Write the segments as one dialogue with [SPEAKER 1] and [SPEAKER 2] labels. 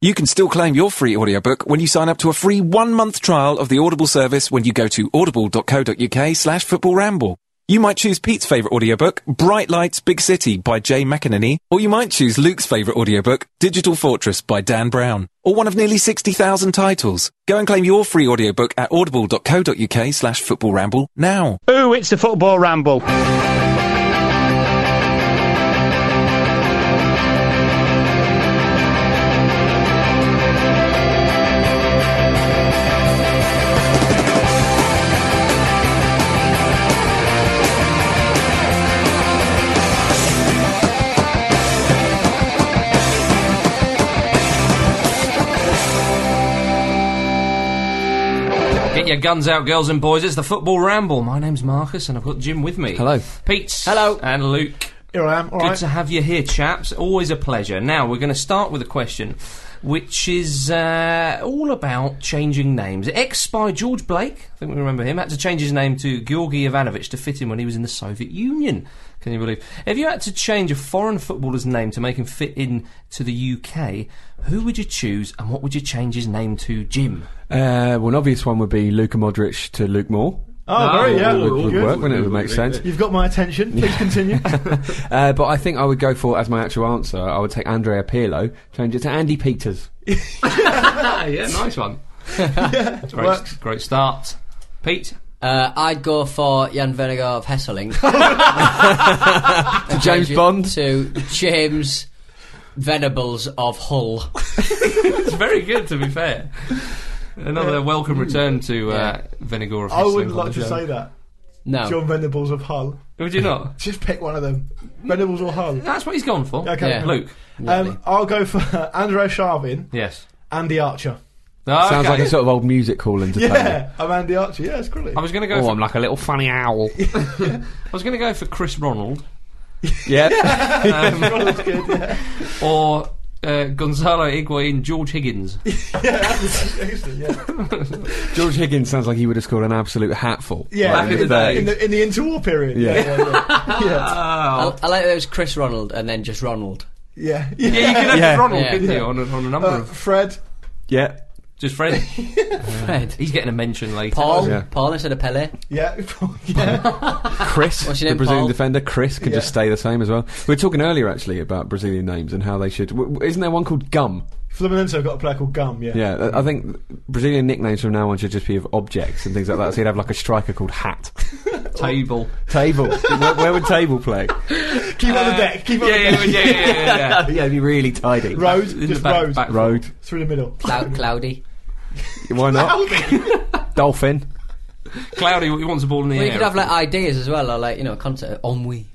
[SPEAKER 1] You can still claim your free audiobook when you sign up to a free one-month trial of the Audible service when you go to audible.co.uk slash football ramble. You might choose Pete's favourite audiobook, Bright Lights Big City by Jay McInerney, or you might choose Luke's favourite audiobook, Digital Fortress by Dan Brown, or one of nearly 60,000 titles. Go and claim your free audiobook at audible.co.uk slash football ramble now.
[SPEAKER 2] Ooh, it's the football ramble.
[SPEAKER 3] Get your guns out, girls and boys. It's the Football Ramble. My name's Marcus, and I've got Jim with me. Hello. Pete. Hello. And Luke.
[SPEAKER 4] Here I am. All
[SPEAKER 3] Good
[SPEAKER 4] right.
[SPEAKER 3] to have you here, chaps. Always a pleasure. Now, we're going to start with a question which is uh, all about changing names. Ex spy George Blake, I think we remember him, had to change his name to Georgi Ivanovich to fit in when he was in the Soviet Union. Can you believe? If you had to change a foreign footballer's name to make him fit in to the UK, who would you choose and what would you change his name to, Jim?
[SPEAKER 5] Uh, well, an obvious one would be Luka Modric to Luke Moore.
[SPEAKER 4] Oh,
[SPEAKER 3] No,
[SPEAKER 4] very yeah.
[SPEAKER 5] would, would
[SPEAKER 4] good.
[SPEAKER 5] work, wouldn't it? It would make sense.
[SPEAKER 4] You've got my attention. Please continue.
[SPEAKER 5] Uh, but I think I would go for, as my actual answer, I would take Andrea Pirlo, change it to Andy Peters.
[SPEAKER 3] Ah, yeah, nice one. great,
[SPEAKER 4] works.
[SPEAKER 3] great start. Pete?
[SPEAKER 6] Uh, I'd go for Jan Venegar of Hesseling.
[SPEAKER 5] To James Bond.
[SPEAKER 6] To James Venables of Hull.
[SPEAKER 3] It's very good, to be fair. Another welcome return to uh, Vinegar of
[SPEAKER 4] I wouldn't
[SPEAKER 3] Hissing on
[SPEAKER 4] like
[SPEAKER 3] the
[SPEAKER 4] to
[SPEAKER 3] show.
[SPEAKER 4] say that.
[SPEAKER 6] No.
[SPEAKER 4] John Venables of Hull.
[SPEAKER 3] Would you not?
[SPEAKER 4] Just pick one of them. Venables or Hull.
[SPEAKER 3] That's what he's gone for.
[SPEAKER 4] Okay.
[SPEAKER 6] Yeah.
[SPEAKER 3] Luke?
[SPEAKER 4] Um, I'll go for Andre Sharvin,
[SPEAKER 3] Yes.
[SPEAKER 4] Andy Archer.
[SPEAKER 3] Ah,
[SPEAKER 5] Sounds
[SPEAKER 3] okay.
[SPEAKER 5] like a sort of old music hall entertainment.
[SPEAKER 4] Yeah, I'm Andy Archer. Yeah, it's great.
[SPEAKER 3] I was going to go.
[SPEAKER 5] Oh,
[SPEAKER 3] for,
[SPEAKER 5] I'm like a little funny owl.
[SPEAKER 3] I was going to go for Chris Ronald
[SPEAKER 5] yeah.
[SPEAKER 4] Ronald's good, yeah.
[SPEAKER 3] or uh, Gonzalo Higuain, George Higgins.
[SPEAKER 4] Excellent, yeah.
[SPEAKER 5] George Higgins sounds like he would have scored an absolute hatful. uh,
[SPEAKER 4] Yeah,
[SPEAKER 3] Back in the day.
[SPEAKER 4] In the, in the interwar period.
[SPEAKER 5] Yeah.
[SPEAKER 4] Yeah, yeah, yeah.
[SPEAKER 6] I, I like that it was Chris Ronald and then just Ronald.
[SPEAKER 4] yeah. yeah.
[SPEAKER 3] Yeah, you could have
[SPEAKER 5] Yeah.
[SPEAKER 3] Ronald,
[SPEAKER 6] Yeah.
[SPEAKER 3] couldn't you, on a, on a number
[SPEAKER 4] Uh,
[SPEAKER 3] of.
[SPEAKER 4] Fred.
[SPEAKER 5] Yeah.
[SPEAKER 3] Just Fred.
[SPEAKER 6] Fred.
[SPEAKER 3] He's getting a mention later.
[SPEAKER 6] Paul.
[SPEAKER 5] Yeah.
[SPEAKER 6] Paul instead of Pele.
[SPEAKER 4] Yeah. yeah.
[SPEAKER 5] Chris,
[SPEAKER 6] What's
[SPEAKER 5] the
[SPEAKER 6] your name,
[SPEAKER 5] Brazilian
[SPEAKER 6] Paul?
[SPEAKER 5] defender, Chris can just
[SPEAKER 4] Yeah.
[SPEAKER 5] stay the same as well. We were talking earlier actually about Brazilian names and how they should. W- w- isn't there one called Gum?
[SPEAKER 4] Fluminense have got a player called Gum, yeah.
[SPEAKER 5] Yeah, I- I think Brazilian nicknames from now on should just be of objects and things like that. So you'd have like a striker called Hat.
[SPEAKER 3] Table.
[SPEAKER 5] Table. where, where would Table play?
[SPEAKER 4] Keep on the deck. Keep on
[SPEAKER 3] Uh, Yeah,
[SPEAKER 4] the
[SPEAKER 3] yeah, yeah, yeah,
[SPEAKER 4] deck.
[SPEAKER 3] yeah, yeah.
[SPEAKER 5] yeah, it'd be really tidy.
[SPEAKER 4] Road.
[SPEAKER 3] In the
[SPEAKER 4] Just
[SPEAKER 3] back-
[SPEAKER 4] road.
[SPEAKER 3] back-
[SPEAKER 5] Road.
[SPEAKER 4] Through the middle.
[SPEAKER 6] Clou- Cloudy.
[SPEAKER 5] Why not? Dolphin.
[SPEAKER 3] Cloudy, he wants a ball in the air.
[SPEAKER 6] Well, you could have like ideas as well, or like you know, concept. Ennui.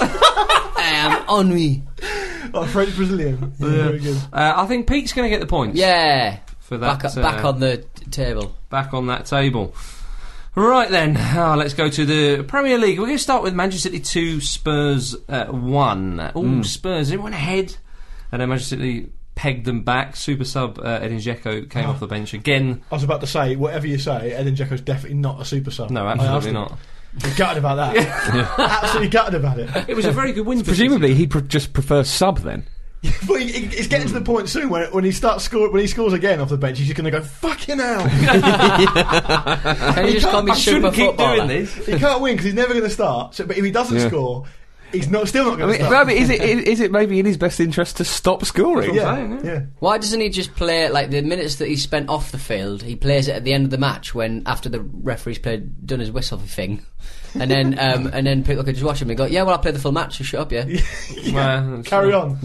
[SPEAKER 6] I am ennui.
[SPEAKER 4] Oh, French Brazilian. Yeah, Very good.
[SPEAKER 3] Uh, I think Pete's going to get the points.
[SPEAKER 6] Yeah.
[SPEAKER 3] For that,
[SPEAKER 6] Back,
[SPEAKER 3] uh,
[SPEAKER 6] back on the t- table.
[SPEAKER 3] back on that table. Right then, ah, let's go to the Premier League. We're going to start with Manchester City 2, Spurs uh, 1. All
[SPEAKER 4] Hmm.
[SPEAKER 3] Spurs, everyone ahead. And then Manchester City pegged them back. Super sub uh, Edin Dzeko came off the bench again.
[SPEAKER 4] I was about to say, whatever you say, Edin Dzeko's definitely not a super sub.
[SPEAKER 3] No,
[SPEAKER 4] I
[SPEAKER 3] absolutely
[SPEAKER 4] asked
[SPEAKER 3] not.
[SPEAKER 4] him. I'm gutted about that. Absolutely gutted about it.
[SPEAKER 3] It was a very good win for
[SPEAKER 5] Presumably, he pre- just prefers sub then.
[SPEAKER 4] But he, he- it's getting to the point soon where when he starts score, when he scores again off the bench, he's just going to go fucking hell.
[SPEAKER 6] Can you just call
[SPEAKER 3] City.
[SPEAKER 6] me
[SPEAKER 3] I
[SPEAKER 6] super
[SPEAKER 3] shouldn't keep
[SPEAKER 6] footballer?
[SPEAKER 3] doing this.
[SPEAKER 4] he can't win because he's never going to start. So, but if he doesn't
[SPEAKER 5] Yeah.
[SPEAKER 4] score, he's not still not
[SPEAKER 5] I
[SPEAKER 4] going
[SPEAKER 5] mean,
[SPEAKER 4] to
[SPEAKER 5] I
[SPEAKER 4] start.
[SPEAKER 5] mean, is, it, is, is it maybe in his best interest to stop scoring?
[SPEAKER 4] yeah,
[SPEAKER 3] saying,
[SPEAKER 4] yeah.
[SPEAKER 6] Why doesn't he just play like the minutes that he spent off the field? He plays it at the end of the match when after the referee's played done his whistle thing, and then um, and then people could just watch him and go, yeah, well, I played the full match, so shut up, yeah, yeah.
[SPEAKER 3] Well,
[SPEAKER 4] Carry on.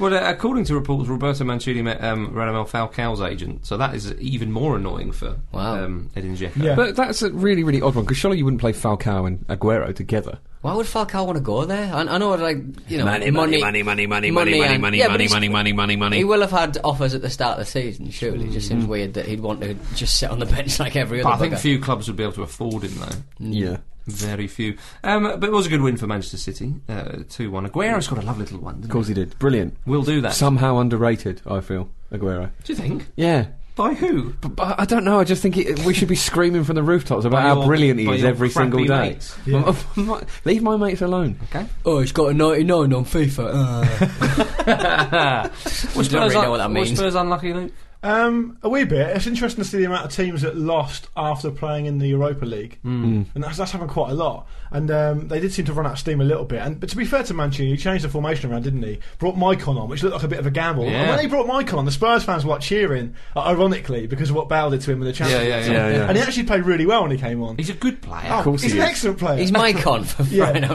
[SPEAKER 3] Well, uh, according to reports, Roberto Mancini met um, Radamel Falcao's agent, so that is even more annoying for
[SPEAKER 6] Wow.
[SPEAKER 3] um, Edin Dzeko.
[SPEAKER 4] Yeah.
[SPEAKER 5] But that's a really, really odd one because surely you wouldn't play Falcao and Aguero together.
[SPEAKER 6] Why would Falcao want to go there? I, I know, like you know,
[SPEAKER 5] Money, money, money, money, money, money, money,
[SPEAKER 6] and-
[SPEAKER 5] money,
[SPEAKER 6] yeah, but
[SPEAKER 5] money,
[SPEAKER 6] he's-
[SPEAKER 5] money, money, money, money. Mm-hmm.
[SPEAKER 6] He will have had offers at the start of the season. Surely, it just seems weird that he'd want to just sit on the bench like every
[SPEAKER 3] But
[SPEAKER 6] other.
[SPEAKER 3] I think
[SPEAKER 6] bugger.
[SPEAKER 3] few clubs would be able to afford him, though.
[SPEAKER 5] Yeah.
[SPEAKER 3] Very few. Um, but it was a good win for Manchester City, uh, two one. Aguero's got a lovely little one. Doesn't
[SPEAKER 5] Of course he did. Brilliant.
[SPEAKER 3] We'll do that.
[SPEAKER 5] Somehow underrated, I feel, Aguero.
[SPEAKER 3] do you think?
[SPEAKER 5] Yeah.
[SPEAKER 3] By who?
[SPEAKER 5] But, but I don't know. I just think it, we should be screaming from the rooftops about
[SPEAKER 3] By
[SPEAKER 5] how
[SPEAKER 3] your-
[SPEAKER 5] brilliant he
[SPEAKER 3] by
[SPEAKER 5] is
[SPEAKER 3] your
[SPEAKER 5] every
[SPEAKER 3] crappy
[SPEAKER 5] single day.
[SPEAKER 3] mates.
[SPEAKER 5] Leave my mates alone.
[SPEAKER 3] Okay.
[SPEAKER 6] Oh, he's got a 99 on FIFA. Uh.
[SPEAKER 3] Was
[SPEAKER 6] don't really know what that
[SPEAKER 3] were
[SPEAKER 6] means.
[SPEAKER 3] Spurs unlucky, Luke?
[SPEAKER 4] Um, a wee bit. It's interesting to see the amount of teams that lost after playing in the Europa League,
[SPEAKER 3] Hmm.
[SPEAKER 4] mm. and that's, that's happened quite a lot. And um, they did seem to run out of steam a little bit. And but to be fair to Mancini, he changed the formation around, didn't he? Brought Mycon on, which looked like a bit of a gamble.
[SPEAKER 3] Yeah.
[SPEAKER 4] And when he brought Mycon on, the Spurs fans were like cheering, uh, ironically, because of what Bale did to him in the Champions
[SPEAKER 3] yeah,
[SPEAKER 4] League.
[SPEAKER 3] yeah,
[SPEAKER 5] yeah.
[SPEAKER 4] And he actually played really well when he came on.
[SPEAKER 3] He's a good player.
[SPEAKER 4] Oh,
[SPEAKER 5] course
[SPEAKER 4] he's
[SPEAKER 5] he
[SPEAKER 4] an
[SPEAKER 5] is.
[SPEAKER 4] excellent player.
[SPEAKER 6] he's my con for
[SPEAKER 4] Yeah.
[SPEAKER 6] crying out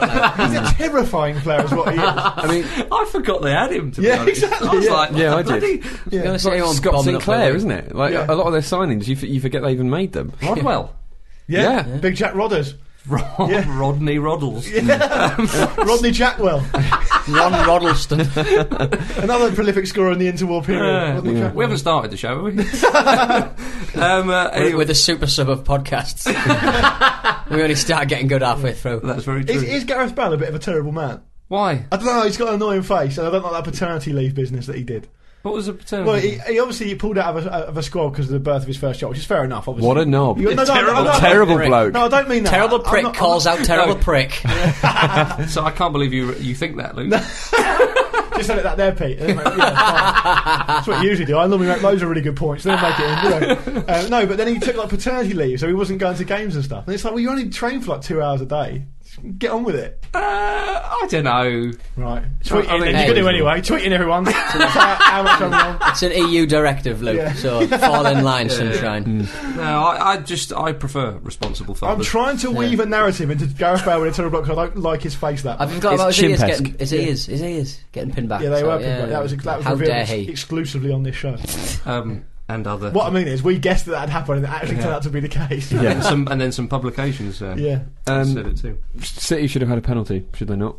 [SPEAKER 6] loud.
[SPEAKER 4] He's a terrifying player, is what he is.
[SPEAKER 5] I mean,
[SPEAKER 3] I forgot they had him. To
[SPEAKER 4] Yeah,
[SPEAKER 3] be honest. I
[SPEAKER 4] exactly,
[SPEAKER 3] was
[SPEAKER 4] yeah.
[SPEAKER 3] like,
[SPEAKER 5] Yeah, I did.
[SPEAKER 3] bloody
[SPEAKER 6] You're gonna
[SPEAKER 5] it's
[SPEAKER 6] say
[SPEAKER 5] like
[SPEAKER 6] I'm
[SPEAKER 5] Scott
[SPEAKER 6] bombing up
[SPEAKER 5] Sinclair,
[SPEAKER 6] Wales.
[SPEAKER 5] isn't it? Like
[SPEAKER 4] Yeah.
[SPEAKER 5] a lot of their signings, you, f- you forget they even made them.
[SPEAKER 3] Rodwell,
[SPEAKER 4] Yeah.
[SPEAKER 5] Yeah.
[SPEAKER 4] big Jack Rodders,
[SPEAKER 3] Rod-
[SPEAKER 4] Yeah.
[SPEAKER 3] Rodney Roddles.
[SPEAKER 4] Rodney Jackwell,
[SPEAKER 6] Ron Roddleston.
[SPEAKER 4] another prolific scorer in the interwar period. Rodney Jackwell.
[SPEAKER 3] We haven't started the show, have we? um, uh,
[SPEAKER 6] We're, we're
[SPEAKER 3] anyway,
[SPEAKER 6] the super sub of podcasts. we only start getting good halfway through.
[SPEAKER 3] that's very true.
[SPEAKER 4] Is, is Gareth Bale a bit of a terrible man?
[SPEAKER 3] Why?
[SPEAKER 4] I don't know. He's got an annoying face, and I don't like that paternity leave business that he did.
[SPEAKER 3] What was the term?
[SPEAKER 4] Well, he, he obviously pulled out of a, of a squad because of the birth of his first child, which is fair enough. Obviously,
[SPEAKER 5] What a knob.
[SPEAKER 4] You- no, no,
[SPEAKER 3] Terrible-
[SPEAKER 4] no, no, no,
[SPEAKER 5] Terrible
[SPEAKER 6] Rick.
[SPEAKER 5] bloke.
[SPEAKER 4] No, I don't mean that.
[SPEAKER 6] Terrible
[SPEAKER 4] I'm
[SPEAKER 6] prick
[SPEAKER 4] not- I'm
[SPEAKER 6] calls out terrible prick.
[SPEAKER 3] so I can't believe you you think that, Luke.
[SPEAKER 4] not- Just said it that there, Pete. Yeah, fine. That's what you usually do. I normally make loads of really good points, then make it in. You know. Uh, no, but then he took like paternity leave, so he wasn't going to games and stuff. And it's like, well, you only train for like two hours a day. Just Get on with it,
[SPEAKER 3] Uh, I don't know.
[SPEAKER 4] right? Tweeting,
[SPEAKER 3] I mean,
[SPEAKER 4] you're
[SPEAKER 6] hey.
[SPEAKER 4] gonna do anyway. Tweeting everyone. So that's how, how much I'm wrong.
[SPEAKER 6] It's an EU directive, Luke.
[SPEAKER 4] Yeah.
[SPEAKER 6] So fall in line, sunshine.
[SPEAKER 3] No, I, I just I prefer responsible
[SPEAKER 4] I'm
[SPEAKER 3] fathers.
[SPEAKER 4] trying to weave a narrative into Gareth Bale with a terrible block 'cause I don't like his face that.
[SPEAKER 6] Have you forgot
[SPEAKER 5] It's
[SPEAKER 6] about his ears
[SPEAKER 5] chimp-esque.
[SPEAKER 6] getting his ears? His ears getting pinned back.
[SPEAKER 4] yeah, they
[SPEAKER 6] so,
[SPEAKER 4] were. people like That was that was
[SPEAKER 6] How
[SPEAKER 4] revealed
[SPEAKER 6] dare
[SPEAKER 4] ex-
[SPEAKER 6] he?
[SPEAKER 4] exclusively on this show.
[SPEAKER 3] um, and other.
[SPEAKER 4] What I mean is, we guessed that that had happened, and it actually turned out to be the case.
[SPEAKER 5] Yeah.
[SPEAKER 3] And some and then some publications uh,
[SPEAKER 4] yeah.
[SPEAKER 3] said
[SPEAKER 5] Um,
[SPEAKER 3] it too.
[SPEAKER 5] City should have had a penalty, should they not?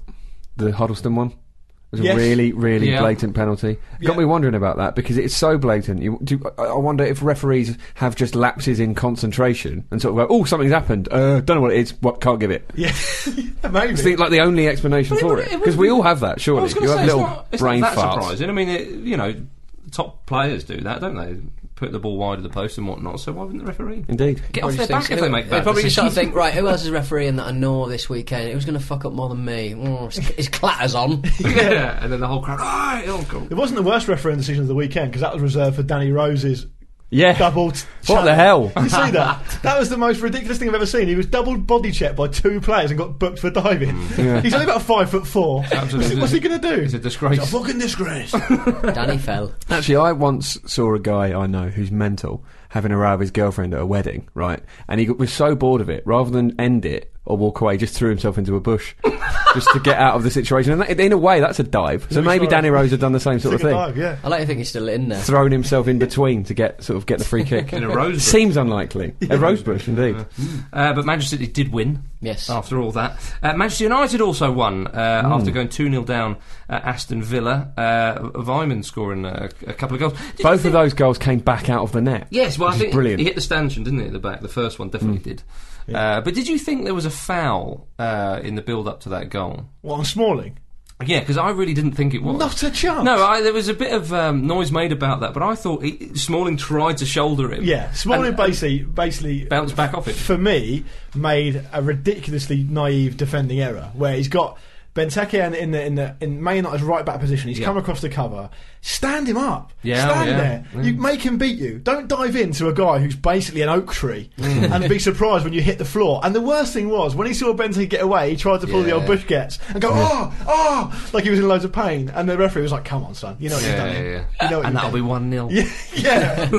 [SPEAKER 5] The Huddleston one. It was a
[SPEAKER 4] Yes.
[SPEAKER 5] really, really
[SPEAKER 3] Yeah.
[SPEAKER 5] blatant penalty. Got
[SPEAKER 4] Yeah.
[SPEAKER 5] me wondering about that because it's so blatant. You, do, I I wonder if referees have just lapses in concentration and sort of go, "Oh, something's happened. Uh, don't know what it is. What? Can't give it."
[SPEAKER 4] Yeah. Maybe.
[SPEAKER 5] It's the- like the only explanation
[SPEAKER 3] But it
[SPEAKER 5] for
[SPEAKER 3] would-
[SPEAKER 5] it
[SPEAKER 3] it would
[SPEAKER 5] because we
[SPEAKER 3] be-
[SPEAKER 5] all have that.
[SPEAKER 3] I
[SPEAKER 5] Surely
[SPEAKER 3] was going
[SPEAKER 5] you
[SPEAKER 3] to
[SPEAKER 5] have
[SPEAKER 3] say it's
[SPEAKER 5] little
[SPEAKER 3] not, it's
[SPEAKER 5] brain
[SPEAKER 3] not that
[SPEAKER 5] farts.
[SPEAKER 3] surprising. I mean, it, you know, top players do that, don't they? Put the ball wide of the post and whatnot. So why wouldn't the referee
[SPEAKER 5] Indeed.
[SPEAKER 3] get
[SPEAKER 6] Probably
[SPEAKER 3] off their
[SPEAKER 6] just
[SPEAKER 3] back
[SPEAKER 6] thinks-
[SPEAKER 3] if they make
[SPEAKER 6] They
[SPEAKER 3] bad
[SPEAKER 6] probably just sort
[SPEAKER 3] decisions?
[SPEAKER 6] of think, right, who else is refereeing that I know this weekend? Who's going to fuck up more than me? Oh, his, his clatter's on.
[SPEAKER 3] yeah, and then the whole crowd. "Ah, it'll go."
[SPEAKER 4] it wasn't the worst refereeing decision of the weekend because that was reserved for Danny Rose's
[SPEAKER 5] Yeah.
[SPEAKER 4] double. T-
[SPEAKER 5] What the hell?
[SPEAKER 4] You see that? That was the most ridiculous thing I've ever seen. He was double body checked by two players and got booked for diving. He's only about five foot four.
[SPEAKER 3] Absolutely.
[SPEAKER 4] What's he going to do?
[SPEAKER 3] It's a disgrace.
[SPEAKER 4] It's a fucking disgrace.
[SPEAKER 6] Danny fell.
[SPEAKER 5] Actually, I once saw a guy I know who's mental having a row with his girlfriend at a wedding, right? And he got- was so bored of it, rather than end it or walk away, just threw himself into a bush just to get out of the situation. And that, in a way, that's a dive. So
[SPEAKER 4] Louis
[SPEAKER 5] maybe
[SPEAKER 4] Suarez.
[SPEAKER 5] Danny Rose had done the same sort of
[SPEAKER 4] Took a
[SPEAKER 5] thing.
[SPEAKER 4] dive, yeah.
[SPEAKER 6] I like to think he's still in there.
[SPEAKER 5] Thrown himself in between to get sort of get the free kick.
[SPEAKER 3] In a rose bush.
[SPEAKER 5] Seems unlikely. A rose bush, indeed.
[SPEAKER 3] Uh, but Manchester City did win.
[SPEAKER 6] Yes.
[SPEAKER 3] After all that, uh, Manchester United also won uh,
[SPEAKER 5] Hmm.
[SPEAKER 3] after going two 0 down at Aston Villa. Uh, Vyman scoring a, a couple of goals. Did you
[SPEAKER 5] Both of
[SPEAKER 3] think-
[SPEAKER 5] those goals came back out of the net.
[SPEAKER 3] Yes, well, I
[SPEAKER 5] which is
[SPEAKER 3] think
[SPEAKER 5] brilliant. Mm.
[SPEAKER 3] he hit the stanchion, didn't he? At the back, the first one definitely did. Uh, but did you think there was a foul uh, in the build-up to that goal?
[SPEAKER 4] What, on Smalling?
[SPEAKER 3] Yeah, because I really didn't think it was.
[SPEAKER 4] Not a chance.
[SPEAKER 3] no, I, there was a bit of um, noise made about that, but I thought he, Smalling tried to shoulder him.
[SPEAKER 4] Yeah,
[SPEAKER 3] and-
[SPEAKER 4] Smalling
[SPEAKER 3] and
[SPEAKER 4] basically basically
[SPEAKER 3] bounced back off it.
[SPEAKER 4] for me made a ridiculously naive defending error where he's got Benteke in, in the in the in Man United's right back position. He's
[SPEAKER 3] Yeah.
[SPEAKER 4] come across the cover. Stand him up.
[SPEAKER 3] Yeah, oh,
[SPEAKER 4] Stand
[SPEAKER 3] yeah,
[SPEAKER 4] there.
[SPEAKER 3] yeah.
[SPEAKER 4] You make him beat you. Don't dive into a guy who's basically an oak tree
[SPEAKER 3] Mm.
[SPEAKER 4] and be surprised when you hit the floor. And the worst thing was when he saw Benteke get away, he tried to pull the
[SPEAKER 3] Yeah.
[SPEAKER 4] old Busquets and go oh oh like he was in loads of pain. And the referee was like, "Come on, son. You know what you've
[SPEAKER 3] Yeah,
[SPEAKER 4] done.
[SPEAKER 3] yeah,
[SPEAKER 4] here.
[SPEAKER 3] yeah.
[SPEAKER 4] You know what
[SPEAKER 3] and
[SPEAKER 4] you've
[SPEAKER 3] that'll
[SPEAKER 4] done."
[SPEAKER 3] be one 0
[SPEAKER 4] Yeah, yeah.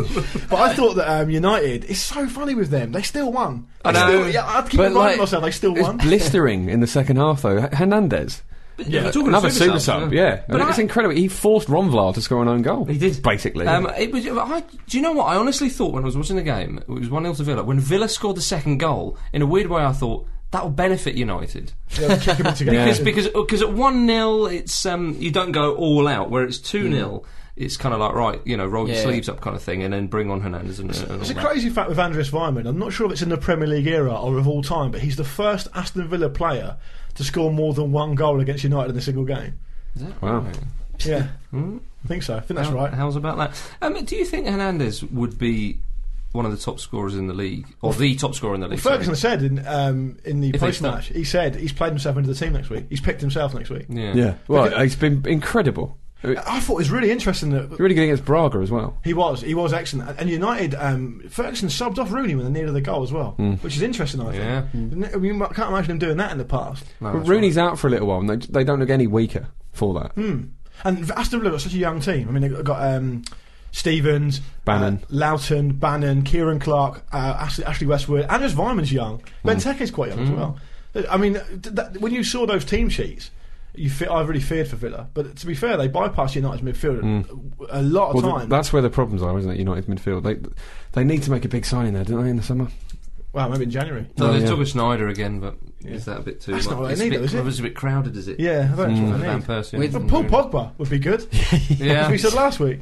[SPEAKER 4] but I thought that um, United. It's so funny with them. They still won. They
[SPEAKER 3] I know.
[SPEAKER 4] Still, yeah, I keep
[SPEAKER 5] But,
[SPEAKER 4] reminding
[SPEAKER 5] like,
[SPEAKER 4] myself they still
[SPEAKER 5] It's
[SPEAKER 4] won.
[SPEAKER 5] blistering in the second half, though. H- Hernandez.
[SPEAKER 3] Yeah, talking of
[SPEAKER 5] Another super
[SPEAKER 3] subs,
[SPEAKER 5] sub, yeah.
[SPEAKER 3] But
[SPEAKER 5] I mean, it's
[SPEAKER 3] I-
[SPEAKER 5] incredible. He forced Ronvlar to score an own goal.
[SPEAKER 3] He did
[SPEAKER 5] basically.
[SPEAKER 3] Um, it was. I, do you know what? I honestly thought when I was watching the game, it was one 0 to Villa. When Villa scored the second goal, in a weird way, I thought that will benefit United.
[SPEAKER 4] Yeah, kick them in together.
[SPEAKER 3] Because because because at one 0 it's um you don't go all out. Where it's
[SPEAKER 4] Hmm.
[SPEAKER 3] two 0 it's kind of like right, you know, roll your
[SPEAKER 6] Yeah.
[SPEAKER 3] sleeves up kind of thing, and then bring on Hernandez and, uh, and all
[SPEAKER 4] It's a
[SPEAKER 3] that.
[SPEAKER 4] crazy fact with Andreas Weimann. I'm not sure if it's in the Premier League era or of all time, but he's the first Aston Villa player to score more than one goal against United in a single game.
[SPEAKER 5] Wow.
[SPEAKER 4] Yeah, I think so. I think that's
[SPEAKER 3] Hmm. How-
[SPEAKER 4] right.
[SPEAKER 3] How's about that? Um, do you think Hernandez would be one of the top scorers in the league, or the top scorer in the league? sorry?
[SPEAKER 4] Ferguson said in um, in the
[SPEAKER 3] If they
[SPEAKER 4] post match, he said he's played himself into the team next week. He's picked himself next week.
[SPEAKER 3] Yeah.
[SPEAKER 5] Yeah. Well, it's been incredible. It's
[SPEAKER 4] I thought it was really interesting that
[SPEAKER 5] really good against Braga as well.
[SPEAKER 4] He was, he was excellent. And- And United, um, Ferguson subbed off Rooney when they needed the goal as well,
[SPEAKER 5] Hmm.
[SPEAKER 4] which is interesting, I think.
[SPEAKER 3] Yeah.
[SPEAKER 4] I mean, I can't imagine him doing that in the past.
[SPEAKER 3] No,
[SPEAKER 5] But
[SPEAKER 3] that's
[SPEAKER 5] Rooney's out for a little while, and they, they don't look any weaker for that.
[SPEAKER 4] Hmm, And Aston Villa was such a young team. I mean, they've got um, Stevens,
[SPEAKER 5] Bannon.
[SPEAKER 4] uh, Loughton, Bannon, Kieran Clark, uh, Ashley, Ashley Westwood, Anders Vyman's young.
[SPEAKER 5] Hmm.
[SPEAKER 4] Benteke's quite young as well. Uh, I mean, th- that, when you saw those team sheets, you fe- I really feared for Villa. But to be fair, they bypassed United's midfield a, a lot of
[SPEAKER 5] Hmm. Well, th-
[SPEAKER 4] time.
[SPEAKER 5] that's where the problems are, isn't it? United's midfield. They they need to make a big signing there, don't they, in the summer?
[SPEAKER 4] well, maybe in January.
[SPEAKER 3] So
[SPEAKER 5] Oh,
[SPEAKER 3] they
[SPEAKER 5] yeah.
[SPEAKER 3] took a Schneider again, but is that a bit too
[SPEAKER 4] That's
[SPEAKER 3] much?
[SPEAKER 4] not what
[SPEAKER 3] it's
[SPEAKER 4] they
[SPEAKER 3] a
[SPEAKER 4] need,
[SPEAKER 3] bit,
[SPEAKER 4] though, is it?
[SPEAKER 3] was a bit crowded, is it?
[SPEAKER 4] Yeah, I don't know what I
[SPEAKER 3] Van
[SPEAKER 5] Hmm.
[SPEAKER 4] need.
[SPEAKER 3] Persie.
[SPEAKER 6] With-
[SPEAKER 4] But Paul Pogba would be good.
[SPEAKER 3] Mm. Yeah.
[SPEAKER 4] As we said last week.